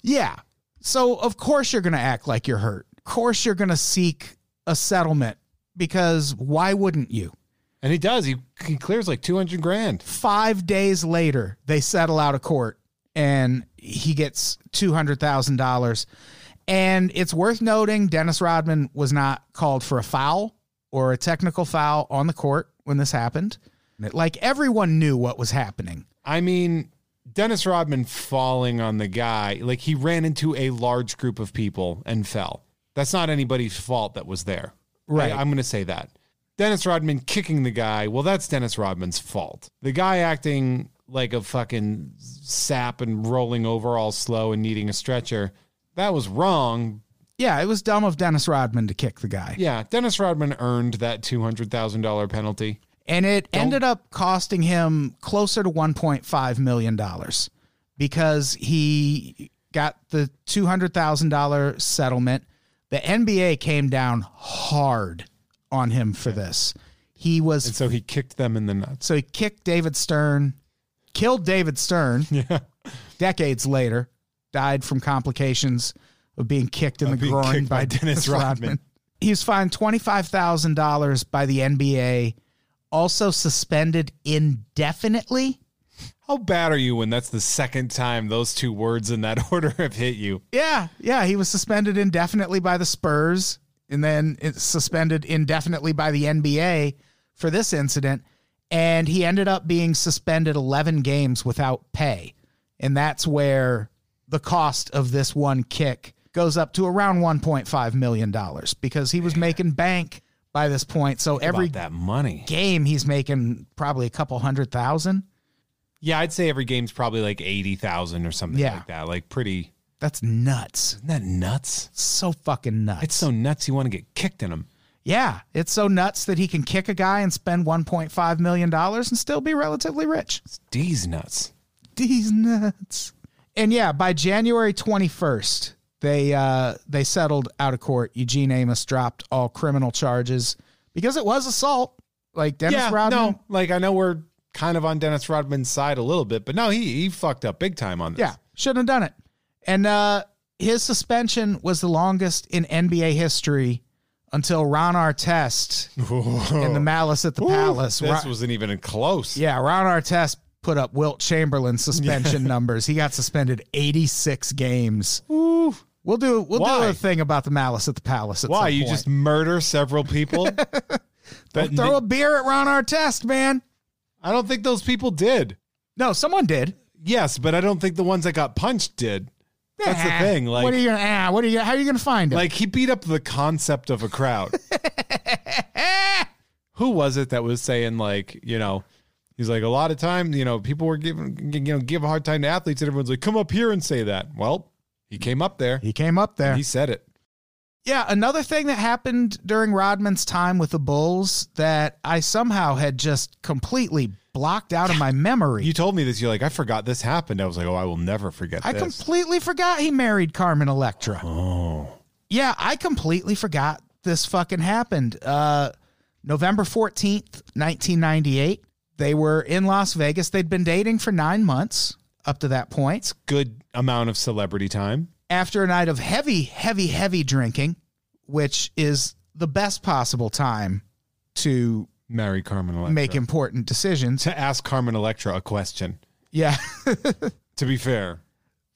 [SPEAKER 3] Yeah. So of course you're going to act like you're hurt. Of course you're going to seek a settlement because why wouldn't you?
[SPEAKER 4] And he does. He, he clears like 200 grand.
[SPEAKER 3] 5 days later, they settle out of court and he gets $200,000. And it's worth noting Dennis Rodman was not called for a foul or a technical foul on the court when this happened. Like everyone knew what was happening.
[SPEAKER 4] I mean, Dennis Rodman falling on the guy, like he ran into a large group of people and fell. That's not anybody's fault that was there.
[SPEAKER 3] Right.
[SPEAKER 4] I, am going to say that. Dennis Rodman kicking the guy, well, that's Dennis Rodman's fault. The guy acting like a fucking sap and rolling over all slow and needing a stretcher, that was wrong.
[SPEAKER 3] Yeah, it was dumb of Dennis Rodman to kick the guy.
[SPEAKER 4] Yeah, Dennis Rodman earned that $200,000 penalty.
[SPEAKER 3] And it ended up costing him closer to $1.5 million because he got the $200,000 settlement. The NBA came down hard on him for this. He
[SPEAKER 4] And
[SPEAKER 3] was,
[SPEAKER 4] so he kicked them in the nuts.
[SPEAKER 3] so he kicked David Stern, killed David Stern
[SPEAKER 4] Yeah.
[SPEAKER 3] decades later, died from complications of being kicked in
[SPEAKER 4] Of
[SPEAKER 3] the
[SPEAKER 4] being
[SPEAKER 3] groin
[SPEAKER 4] kicked
[SPEAKER 3] by,
[SPEAKER 4] by
[SPEAKER 3] Dennis
[SPEAKER 4] Dennis
[SPEAKER 3] Rodman.
[SPEAKER 4] Rodman.
[SPEAKER 3] He was fined $25,000 by the NBA, also suspended indefinitely.
[SPEAKER 4] How bad are you when that's the second time those two words in that order have hit you?
[SPEAKER 3] Yeah, yeah, he was suspended indefinitely by the Spurs and then it's suspended indefinitely by the NBA for this incident and he ended up being suspended 11 games without pay. And that's where the cost of this one kick goes up to around 1.5 million dollars because he was making bank by this point. So every
[SPEAKER 4] About that money.
[SPEAKER 3] game he's making probably a couple hundred thousand.
[SPEAKER 4] Yeah, I'd say every game's probably like 80,000 or something
[SPEAKER 3] Yeah.
[SPEAKER 4] like that. Like pretty
[SPEAKER 3] That's nuts.
[SPEAKER 4] Isn't that nuts?
[SPEAKER 3] So fucking nuts.
[SPEAKER 4] It's so nuts you want to get kicked in them.
[SPEAKER 3] Yeah, it's so nuts that he can kick a guy and spend 1.5 million dollars and still be relatively rich.
[SPEAKER 4] It's D's nuts.
[SPEAKER 3] These nuts. And yeah, by January 21st, they uh, they settled out of court. Eugene Amos dropped all criminal charges because it was assault. Like Dennis Rodman.
[SPEAKER 4] no, like I know we're kind of on Dennis Rodman's side a little bit, but no, he he fucked up big time on this.
[SPEAKER 3] Yeah, shouldn't have done it. And uh, his suspension was the longest in NBA history until Ron Artest and
[SPEAKER 4] Oh.
[SPEAKER 3] the Malice at the
[SPEAKER 4] Ooh,
[SPEAKER 3] Palace.
[SPEAKER 4] This
[SPEAKER 3] Ron-
[SPEAKER 4] wasn't even close.
[SPEAKER 3] Yeah, Ron Artest put up Wilt Chamberlain suspension numbers. He got suspended 86 games. We'll do we'll do
[SPEAKER 4] Why?
[SPEAKER 3] a thing about the malice at the palace. At
[SPEAKER 4] Why
[SPEAKER 3] some
[SPEAKER 4] you
[SPEAKER 3] point.
[SPEAKER 4] just murder several people? That-
[SPEAKER 3] throw a beer at Ron Artest, man?
[SPEAKER 4] I don't think those people did.
[SPEAKER 3] No, someone did.
[SPEAKER 4] Yes, but I don't think the ones that got punched did. That's the
[SPEAKER 3] Ah,
[SPEAKER 4] thing.
[SPEAKER 3] what
[SPEAKER 4] Like,
[SPEAKER 3] are you gonna? Ah, what are you? How are you gonna find him?
[SPEAKER 4] like he beat up the concept of a crowd. Who was it that was saying like, you know, he's like a lot of time, you know, people were giving, you know, give a hard time to athletes, and everyone's like, come up here and say that. Well, he came up there.
[SPEAKER 3] he came up there.
[SPEAKER 4] He said it.
[SPEAKER 3] Yeah, another thing that happened during Rodman's time with the Bulls that I somehow had just completely blocked out of my memory.
[SPEAKER 4] You told me this. You're like, I forgot this happened. I was like, oh, I will never forget
[SPEAKER 3] I
[SPEAKER 4] this.
[SPEAKER 3] completely forgot he married Carmen Electra.
[SPEAKER 4] oh,
[SPEAKER 3] Yeah, I completely forgot this fucking happened. Uh, November 14th, 1998. They were in Las Vegas. They'd been dating for nine months up to that point.
[SPEAKER 4] good amount of celebrity time.
[SPEAKER 3] After a night of heavy, heavy, heavy drinking, which is the best possible time to
[SPEAKER 4] Marry Carmen Electra.
[SPEAKER 3] make important decisions.
[SPEAKER 4] to ask Carmen Electra a question.
[SPEAKER 3] Yeah.
[SPEAKER 4] To be fair,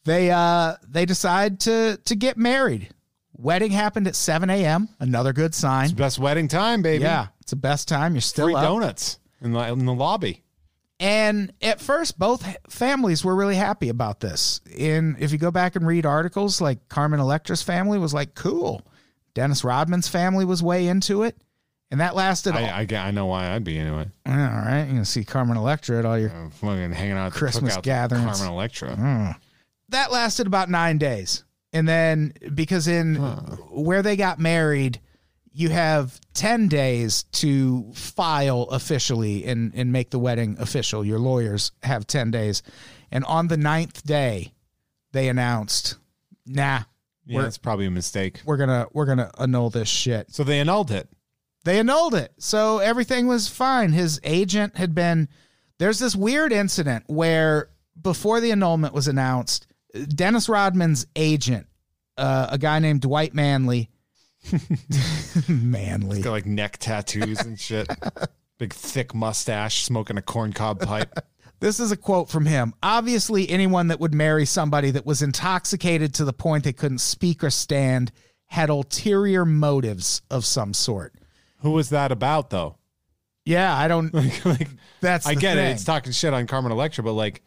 [SPEAKER 3] they uh they decide to to get married. Wedding happened at 7 a.m. Another good sign.
[SPEAKER 4] best wedding time, baby.
[SPEAKER 3] Yeah, it's the best time. You're still
[SPEAKER 4] free
[SPEAKER 3] up.
[SPEAKER 4] donuts in the, in the lobby.
[SPEAKER 3] And at first, both h- families were really happy about this. In if you go back and read articles, like Carmen Electra's family was like, "Cool." Dennis Rodman's family was way into it, and that lasted. all,
[SPEAKER 4] I, uh, I, get- I know why I'd be into it.
[SPEAKER 3] Yeah, all right, you can see Carmen Electra at all your.
[SPEAKER 4] I'm fucking hanging out at the
[SPEAKER 3] Christmas
[SPEAKER 4] cookouts with
[SPEAKER 3] gatherings. Mm.
[SPEAKER 4] Carmen Electra.
[SPEAKER 3] That lasted about nine days, and then because in where they got married, you have 10 days to file officially and, and make the wedding official. Your lawyers have 10 days. And on the ninth day, they announced, nah,
[SPEAKER 4] Yeah,
[SPEAKER 3] We're-
[SPEAKER 4] that's probably a mistake.
[SPEAKER 3] we're gonna we're gonna annul this shit.
[SPEAKER 4] So they annulled it.
[SPEAKER 3] They annulled it. So everything was fine. His agent had been. There's this weird incident where before the annulment was announced, Dennis Rodman's agent, uh, a guy named Dwight Manley, Manley.
[SPEAKER 4] Got like neck tattoos and shit. Big thick mustache, smoking a corncob pipe.
[SPEAKER 3] This is a quote from him. Obviously, anyone that would marry somebody that was intoxicated to the point they couldn't speak or stand had ulterior motives of some sort.
[SPEAKER 4] Who was that about though?
[SPEAKER 3] Yeah, I don't.
[SPEAKER 4] Like, like
[SPEAKER 3] That's
[SPEAKER 4] I
[SPEAKER 3] the
[SPEAKER 4] get it.
[SPEAKER 3] thing.
[SPEAKER 4] It's talking shit on Carmen Electra, but like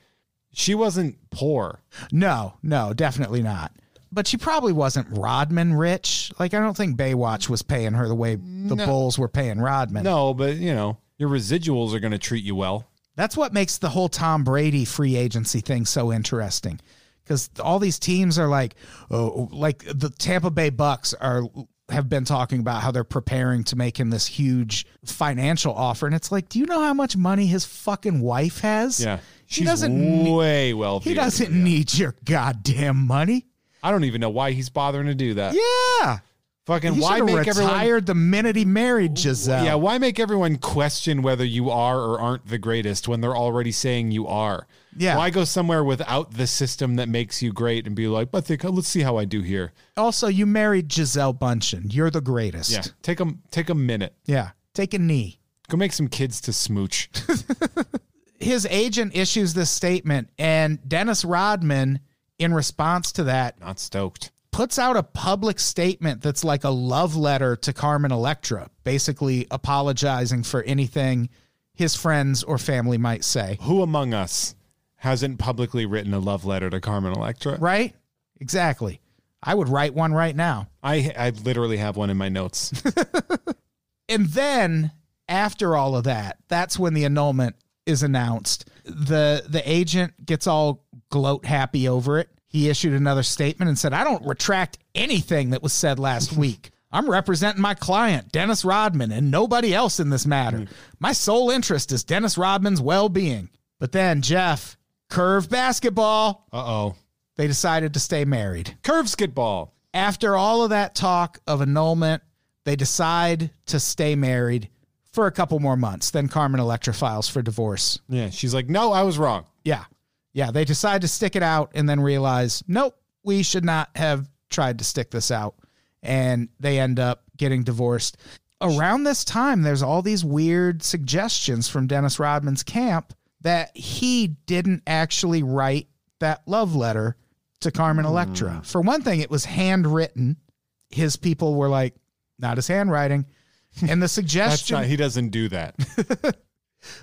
[SPEAKER 4] she wasn't poor.
[SPEAKER 3] No, no, definitely not. But she probably wasn't Rodman rich. Like I don't think Baywatch was paying her the way the Bulls were paying Rodman.
[SPEAKER 4] No, but you know, your residuals are gonna treat you well.
[SPEAKER 3] That's what makes the whole Tom Brady free agency thing so interesting. Cuz all these teams are like oh, like the Tampa Bay Bucks are have been talking about how they're preparing to make him this huge financial offer and it's like, do you know how much money his fucking wife has?
[SPEAKER 4] Yeah.
[SPEAKER 3] She
[SPEAKER 4] She's
[SPEAKER 3] doesn't ne-
[SPEAKER 4] way wealthy.
[SPEAKER 3] he doesn't need your goddamn money.
[SPEAKER 4] I don't even know why he's bothering to do that.
[SPEAKER 3] Yeah.
[SPEAKER 4] Fucking
[SPEAKER 3] He
[SPEAKER 4] why
[SPEAKER 3] should've
[SPEAKER 4] make
[SPEAKER 3] retired
[SPEAKER 4] everyone
[SPEAKER 3] the minute he married Giselle?
[SPEAKER 4] Yeah, why make everyone question whether you are or aren't the greatest when they're already saying you are?
[SPEAKER 3] Yeah.
[SPEAKER 4] Why go somewhere without the system that makes you great and be like, but think, let's see how I do here.
[SPEAKER 3] Also, you married Giselle Bundchen. You're the greatest.
[SPEAKER 4] Yeah. Take a, take a minute.
[SPEAKER 3] Yeah. Take a knee.
[SPEAKER 4] Go make some kids to smooch.
[SPEAKER 3] His agent issues this statement, and Dennis Rodman, in response to that,
[SPEAKER 4] Not stoked.
[SPEAKER 3] puts out a public statement that's like a love letter to Carmen Electra, basically apologizing for anything his friends or family might say.
[SPEAKER 4] Who among us hasn't publicly written a love letter to Carmen Electra?
[SPEAKER 3] Right? Exactly. I would write one right now.
[SPEAKER 4] I, I literally have one in my notes.
[SPEAKER 3] and then after all of that, that's when the annulment is announced. The the agent gets all gloat happy over it. He issued another statement and said, "I don't retract anything that was said last week. I'm representing my client, Dennis Rodman, and nobody else in this matter. My sole interest is Dennis Rodman's well-being." But then Jeff, curve basketball,
[SPEAKER 4] Uh oh.
[SPEAKER 3] they decided to stay married
[SPEAKER 4] Curves get ball.
[SPEAKER 3] after all of that talk of annulment, they decide to stay married for a couple more months. Then Carmen Electra files for divorce.
[SPEAKER 4] Yeah. She's like, no, I was wrong.
[SPEAKER 3] Yeah. Yeah. They decide to stick it out and then realize, nope, we should not have tried to stick this out. And they end up getting divorced. Around this time, there's all these weird suggestions from Dennis Rodman's camp that he didn't actually write that love letter to Carmen Electra. For one thing, it was handwritten. His people were like, not his handwriting. And the
[SPEAKER 4] That's
[SPEAKER 3] suggestion
[SPEAKER 4] not, he doesn't do that.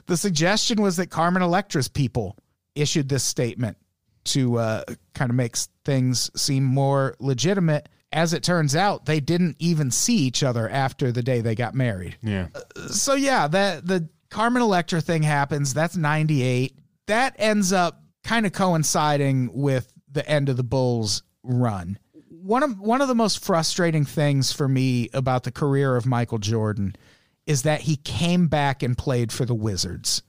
[SPEAKER 3] the suggestion was that Carmen Electra's people issued this statement to uh, kind of make s- things seem more legitimate. As it turns out, they didn't even see each other after the day they got married.
[SPEAKER 4] yeah.
[SPEAKER 3] So yeah, that the Carmen Electra thing happens. That's 98. That ends up kind of coinciding with the end of the Bulls run. One of one of the most frustrating things for me about the career of Michael Jordan is that he came back and played for the Wizards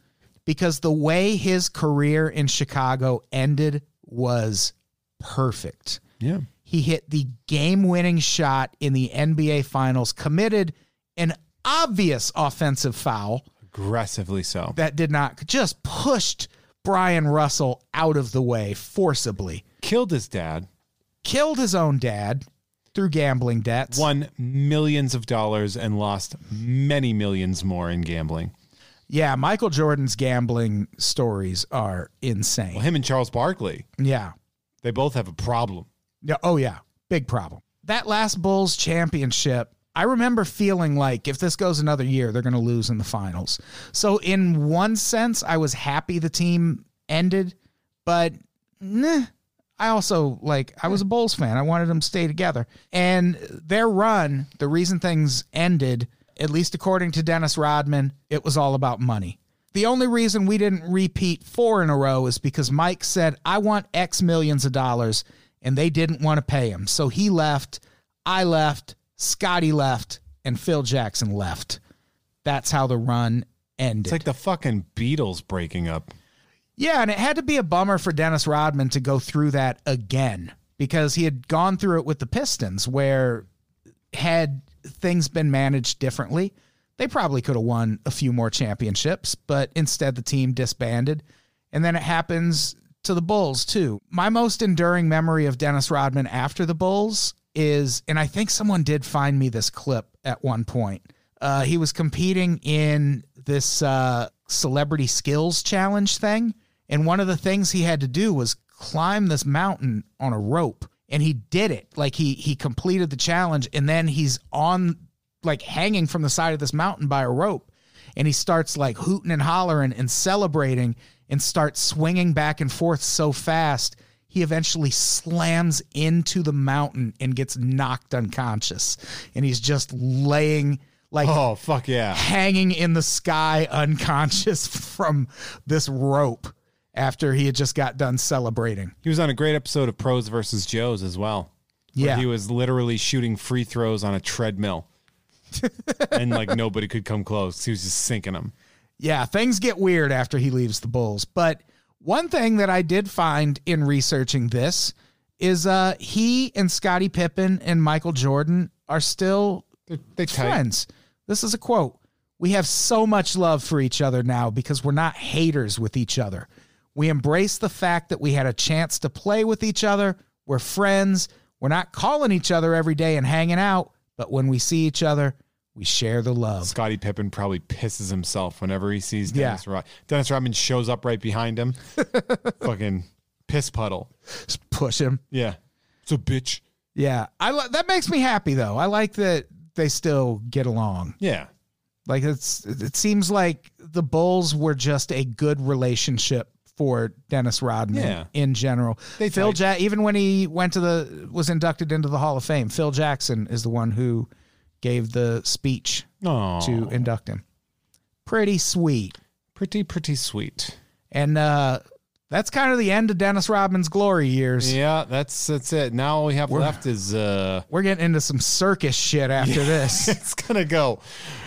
[SPEAKER 3] because the way his career in Chicago ended was perfect.
[SPEAKER 4] Yeah.
[SPEAKER 3] He hit the game winning shot in the NBA Finals, committed an obvious offensive foul
[SPEAKER 4] Aggressively so.
[SPEAKER 3] that did not, just pushed Brian Russell out of the way forcibly,
[SPEAKER 4] Killed his dad.
[SPEAKER 3] killed his own dad through gambling debts.
[SPEAKER 4] won millions of dollars and lost many millions more in gambling.
[SPEAKER 3] Yeah, Michael Jordan's gambling stories are insane.
[SPEAKER 4] Well, him and Charles Barkley,
[SPEAKER 3] yeah.
[SPEAKER 4] they both have a problem.
[SPEAKER 3] Yeah. Oh yeah. Big problem. That last Bulls championship, I remember feeling like if this goes another year, they're going to lose in the finals. So in one sense, I was happy the team ended, but nah, I also like I was a Bulls fan. I wanted them to stay together. And their run, the reason things ended, at least according to Dennis Rodman, it was all about money. The only reason we didn't repeat four in a row is because Mike said, I want X millions of dollars, and they didn't want to pay him. So he left, I left, Scotty left, and Phil Jackson left. That's how the run ended.
[SPEAKER 4] It's like the fucking Beatles breaking up.
[SPEAKER 3] Yeah, and it had to be a bummer for Dennis Rodman to go through that again because he had gone through it with the Pistons, where had things been managed differently, they probably could have won a few more championships, but instead the team disbanded. And then it happens to the Bulls, too. My most enduring memory of Dennis Rodman after the Bulls is, and I think someone did find me this clip at one point. Uh, he was competing in this uh, celebrity skills challenge thing. And one of the things he had to do was climb this mountain on a rope. And he did it. Like he he completed the challenge and then he's on like hanging from the side of this mountain by a rope. And he starts like hooting and hollering and celebrating and starts swinging back and forth so fast. He eventually slams into the mountain and gets knocked unconscious. And he's just laying like
[SPEAKER 4] Oh fuck yeah!
[SPEAKER 3] hanging in the sky unconscious from this rope after he had just got done celebrating.
[SPEAKER 4] He was on a great episode of Pros versus Joes as well. where
[SPEAKER 3] Yeah.
[SPEAKER 4] he was literally shooting free throws on a treadmill, and like nobody could come close. He was just sinking them.
[SPEAKER 3] Yeah, things get weird after he leaves the Bulls. But one thing that I did find in researching this is uh he and Scottie Pippen and Michael Jordan are still
[SPEAKER 4] They tight.
[SPEAKER 3] friends. This is a quote. We have so much love for each other now because we're not haters with each other. We embrace the fact that we had a chance to play with each other. We're friends. We're not calling each other every day and hanging out, but when we see each other, we share the love.
[SPEAKER 4] Scottie Pippen probably pisses himself whenever he sees
[SPEAKER 3] Yeah.
[SPEAKER 4] Dennis Rod. Dennis Rodman shows up right behind him. Fucking piss puddle.
[SPEAKER 3] Just push him.
[SPEAKER 4] Yeah. It's a bitch.
[SPEAKER 3] Yeah. I li- that makes me happy though. I like that they still get along.
[SPEAKER 4] Yeah.
[SPEAKER 3] Like it's it seems like the Bulls were just a good relationship for Dennis Rodman
[SPEAKER 4] Yeah.
[SPEAKER 3] in general.
[SPEAKER 4] They
[SPEAKER 3] Phil
[SPEAKER 4] tight.
[SPEAKER 3] ja- even when he went to the was inducted into the Hall of Fame, Phil Jackson is the one who gave the speech
[SPEAKER 4] Oh.
[SPEAKER 3] to induct him. Pretty sweet.
[SPEAKER 4] Pretty, pretty sweet.
[SPEAKER 3] And uh that's kind of the end of Dennis Rodman's glory years.
[SPEAKER 4] Yeah, that's that's it. Now all we have left is uh
[SPEAKER 3] We're getting into some circus shit after this.
[SPEAKER 4] it's gonna go.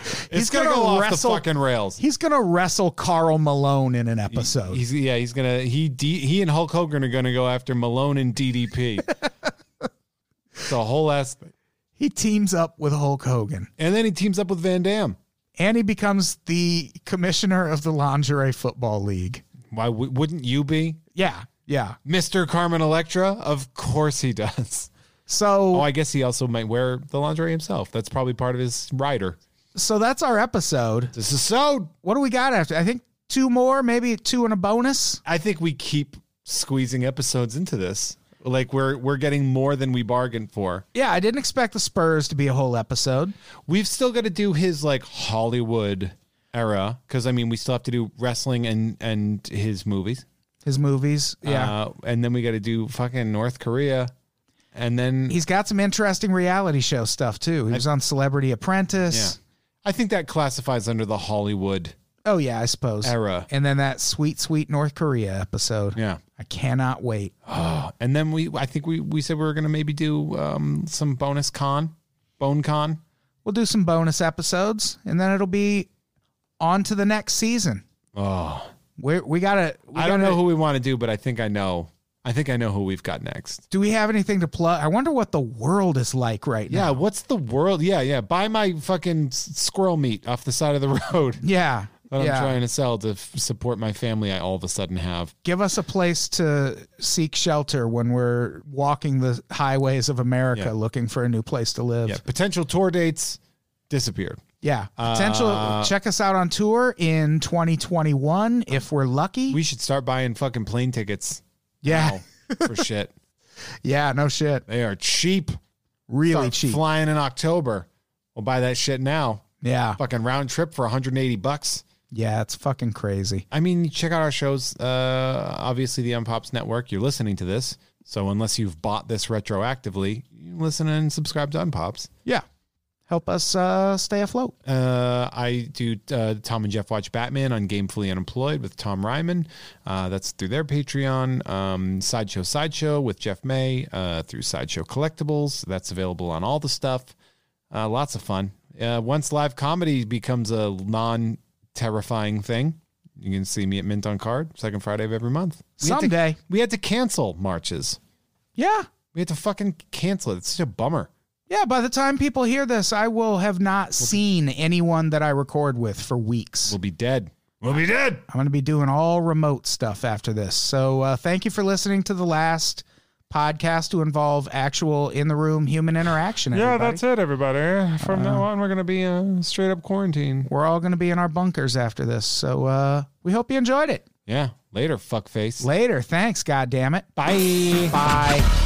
[SPEAKER 4] It's
[SPEAKER 3] He's
[SPEAKER 4] gonna,
[SPEAKER 3] gonna
[SPEAKER 4] go
[SPEAKER 3] wrestle-
[SPEAKER 4] off the fucking rails.
[SPEAKER 3] He's gonna wrestle Carl Malone in an episode.
[SPEAKER 4] He's yeah, he's gonna he D, he and Hulk Hogan are gonna go after Malone and DDP. the whole ass thing.
[SPEAKER 3] he teams up with Hulk Hogan,
[SPEAKER 4] And then he teams up with Van Dam.
[SPEAKER 3] and he becomes the commissioner of the lingerie football league.
[SPEAKER 4] Why w- wouldn't you be?
[SPEAKER 3] Yeah, yeah.
[SPEAKER 4] Mr. Carmen Electra? Of course he does.
[SPEAKER 3] So,
[SPEAKER 4] Oh, I guess he also might wear the lingerie himself. That's probably part of his rider.
[SPEAKER 3] so that's our episode.
[SPEAKER 4] This is so.
[SPEAKER 3] What do we got after? I think two more, maybe two and a bonus.
[SPEAKER 4] I think we keep squeezing episodes into this. Like we're we're getting more than we bargained for.
[SPEAKER 3] Yeah, I didn't expect the Spurs to be a whole episode.
[SPEAKER 4] We've still got to do his like Hollywood era because I mean we still have to do wrestling and and his movies.
[SPEAKER 3] His movies, yeah.
[SPEAKER 4] uh, and then we got to do fucking North Korea, and then
[SPEAKER 3] He's got some interesting reality show stuff too. He was on Celebrity
[SPEAKER 4] yeah,
[SPEAKER 3] Apprentice.
[SPEAKER 4] I think that classifies under the Hollywood
[SPEAKER 3] Oh yeah, I suppose.
[SPEAKER 4] era.
[SPEAKER 3] And then that sweet, sweet North Korea episode.
[SPEAKER 4] Yeah.
[SPEAKER 3] I cannot wait.
[SPEAKER 4] And then we, I think we, we said we were going to maybe do um, some bonus con, bone con.
[SPEAKER 3] We'll do some bonus episodes, and then it'll be on to the next season.
[SPEAKER 4] Oh,
[SPEAKER 3] We're, we gotta. We
[SPEAKER 4] I don't
[SPEAKER 3] gotta-
[SPEAKER 4] know who we want to do, but I think I know. I think I know who we've got next.
[SPEAKER 3] Do we have anything to plug? I wonder what the world is like right
[SPEAKER 4] Yeah,
[SPEAKER 3] now.
[SPEAKER 4] what's the world? Yeah, yeah. Buy my fucking s- squirrel meat off the side of the road
[SPEAKER 3] Yeah.
[SPEAKER 4] that
[SPEAKER 3] yeah.
[SPEAKER 4] I'm trying to sell to f- support my family. I all of a sudden have.
[SPEAKER 3] Give us a place to seek shelter when we're walking the highways of America
[SPEAKER 4] Yeah.
[SPEAKER 3] looking for a new place to live.
[SPEAKER 4] Yeah, potential tour dates disappeared.
[SPEAKER 3] Yeah. Potential.
[SPEAKER 4] Uh,
[SPEAKER 3] check us out on tour in 2021 if we're lucky.
[SPEAKER 4] We should start buying fucking plane tickets.
[SPEAKER 3] yeah.
[SPEAKER 4] now for shit.
[SPEAKER 3] Yeah. No shit.
[SPEAKER 4] They are cheap.
[SPEAKER 3] Really
[SPEAKER 4] Start
[SPEAKER 3] cheap.
[SPEAKER 4] Flying in October. We'll buy that shit now.
[SPEAKER 3] yeah.
[SPEAKER 4] fucking round trip for 180 bucks.
[SPEAKER 3] Yeah. It's fucking crazy.
[SPEAKER 4] I mean, check out our shows. Uh, obviously, the Unpops Network. You're listening to this, so unless you've bought this retroactively, you listen and subscribe to Unpops.
[SPEAKER 3] Yeah. Help us uh, stay afloat.
[SPEAKER 4] Uh, I do uh, Tom and Jeff watch Batman on Gamefully Unemployed with Tom Ryman. Uh, that's through their Patreon. Um, Sideshow Sideshow with Jeff May uh, through Sideshow Collectibles. That's available on all the stuff. Uh, lots of fun. Uh, once live comedy becomes a non terrifying thing, you can see me at Mint on Card, second Friday of every month. We had to-
[SPEAKER 3] Someday.
[SPEAKER 4] we had to cancel marches.
[SPEAKER 3] Yeah.
[SPEAKER 4] We had to fucking cancel it. It's such a bummer.
[SPEAKER 3] Yeah, by the time people hear this, I will have not seen anyone that I record with for weeks.
[SPEAKER 4] We'll be dead. We'll be dead.
[SPEAKER 3] I'm going to be doing all remote stuff after this. So uh, thank you for listening to the last podcast to involve actual in the room human interaction.
[SPEAKER 4] Yeah,
[SPEAKER 3] everybody.
[SPEAKER 4] that's it, everybody. From now on, we're gonna be uh, straight up quarantine.
[SPEAKER 3] We're all going to be in our bunkers after this. So uh, we hope you enjoyed it.
[SPEAKER 4] Yeah. Later, fuckface.
[SPEAKER 3] Later. Thanks. God damn it. Bye. Bye.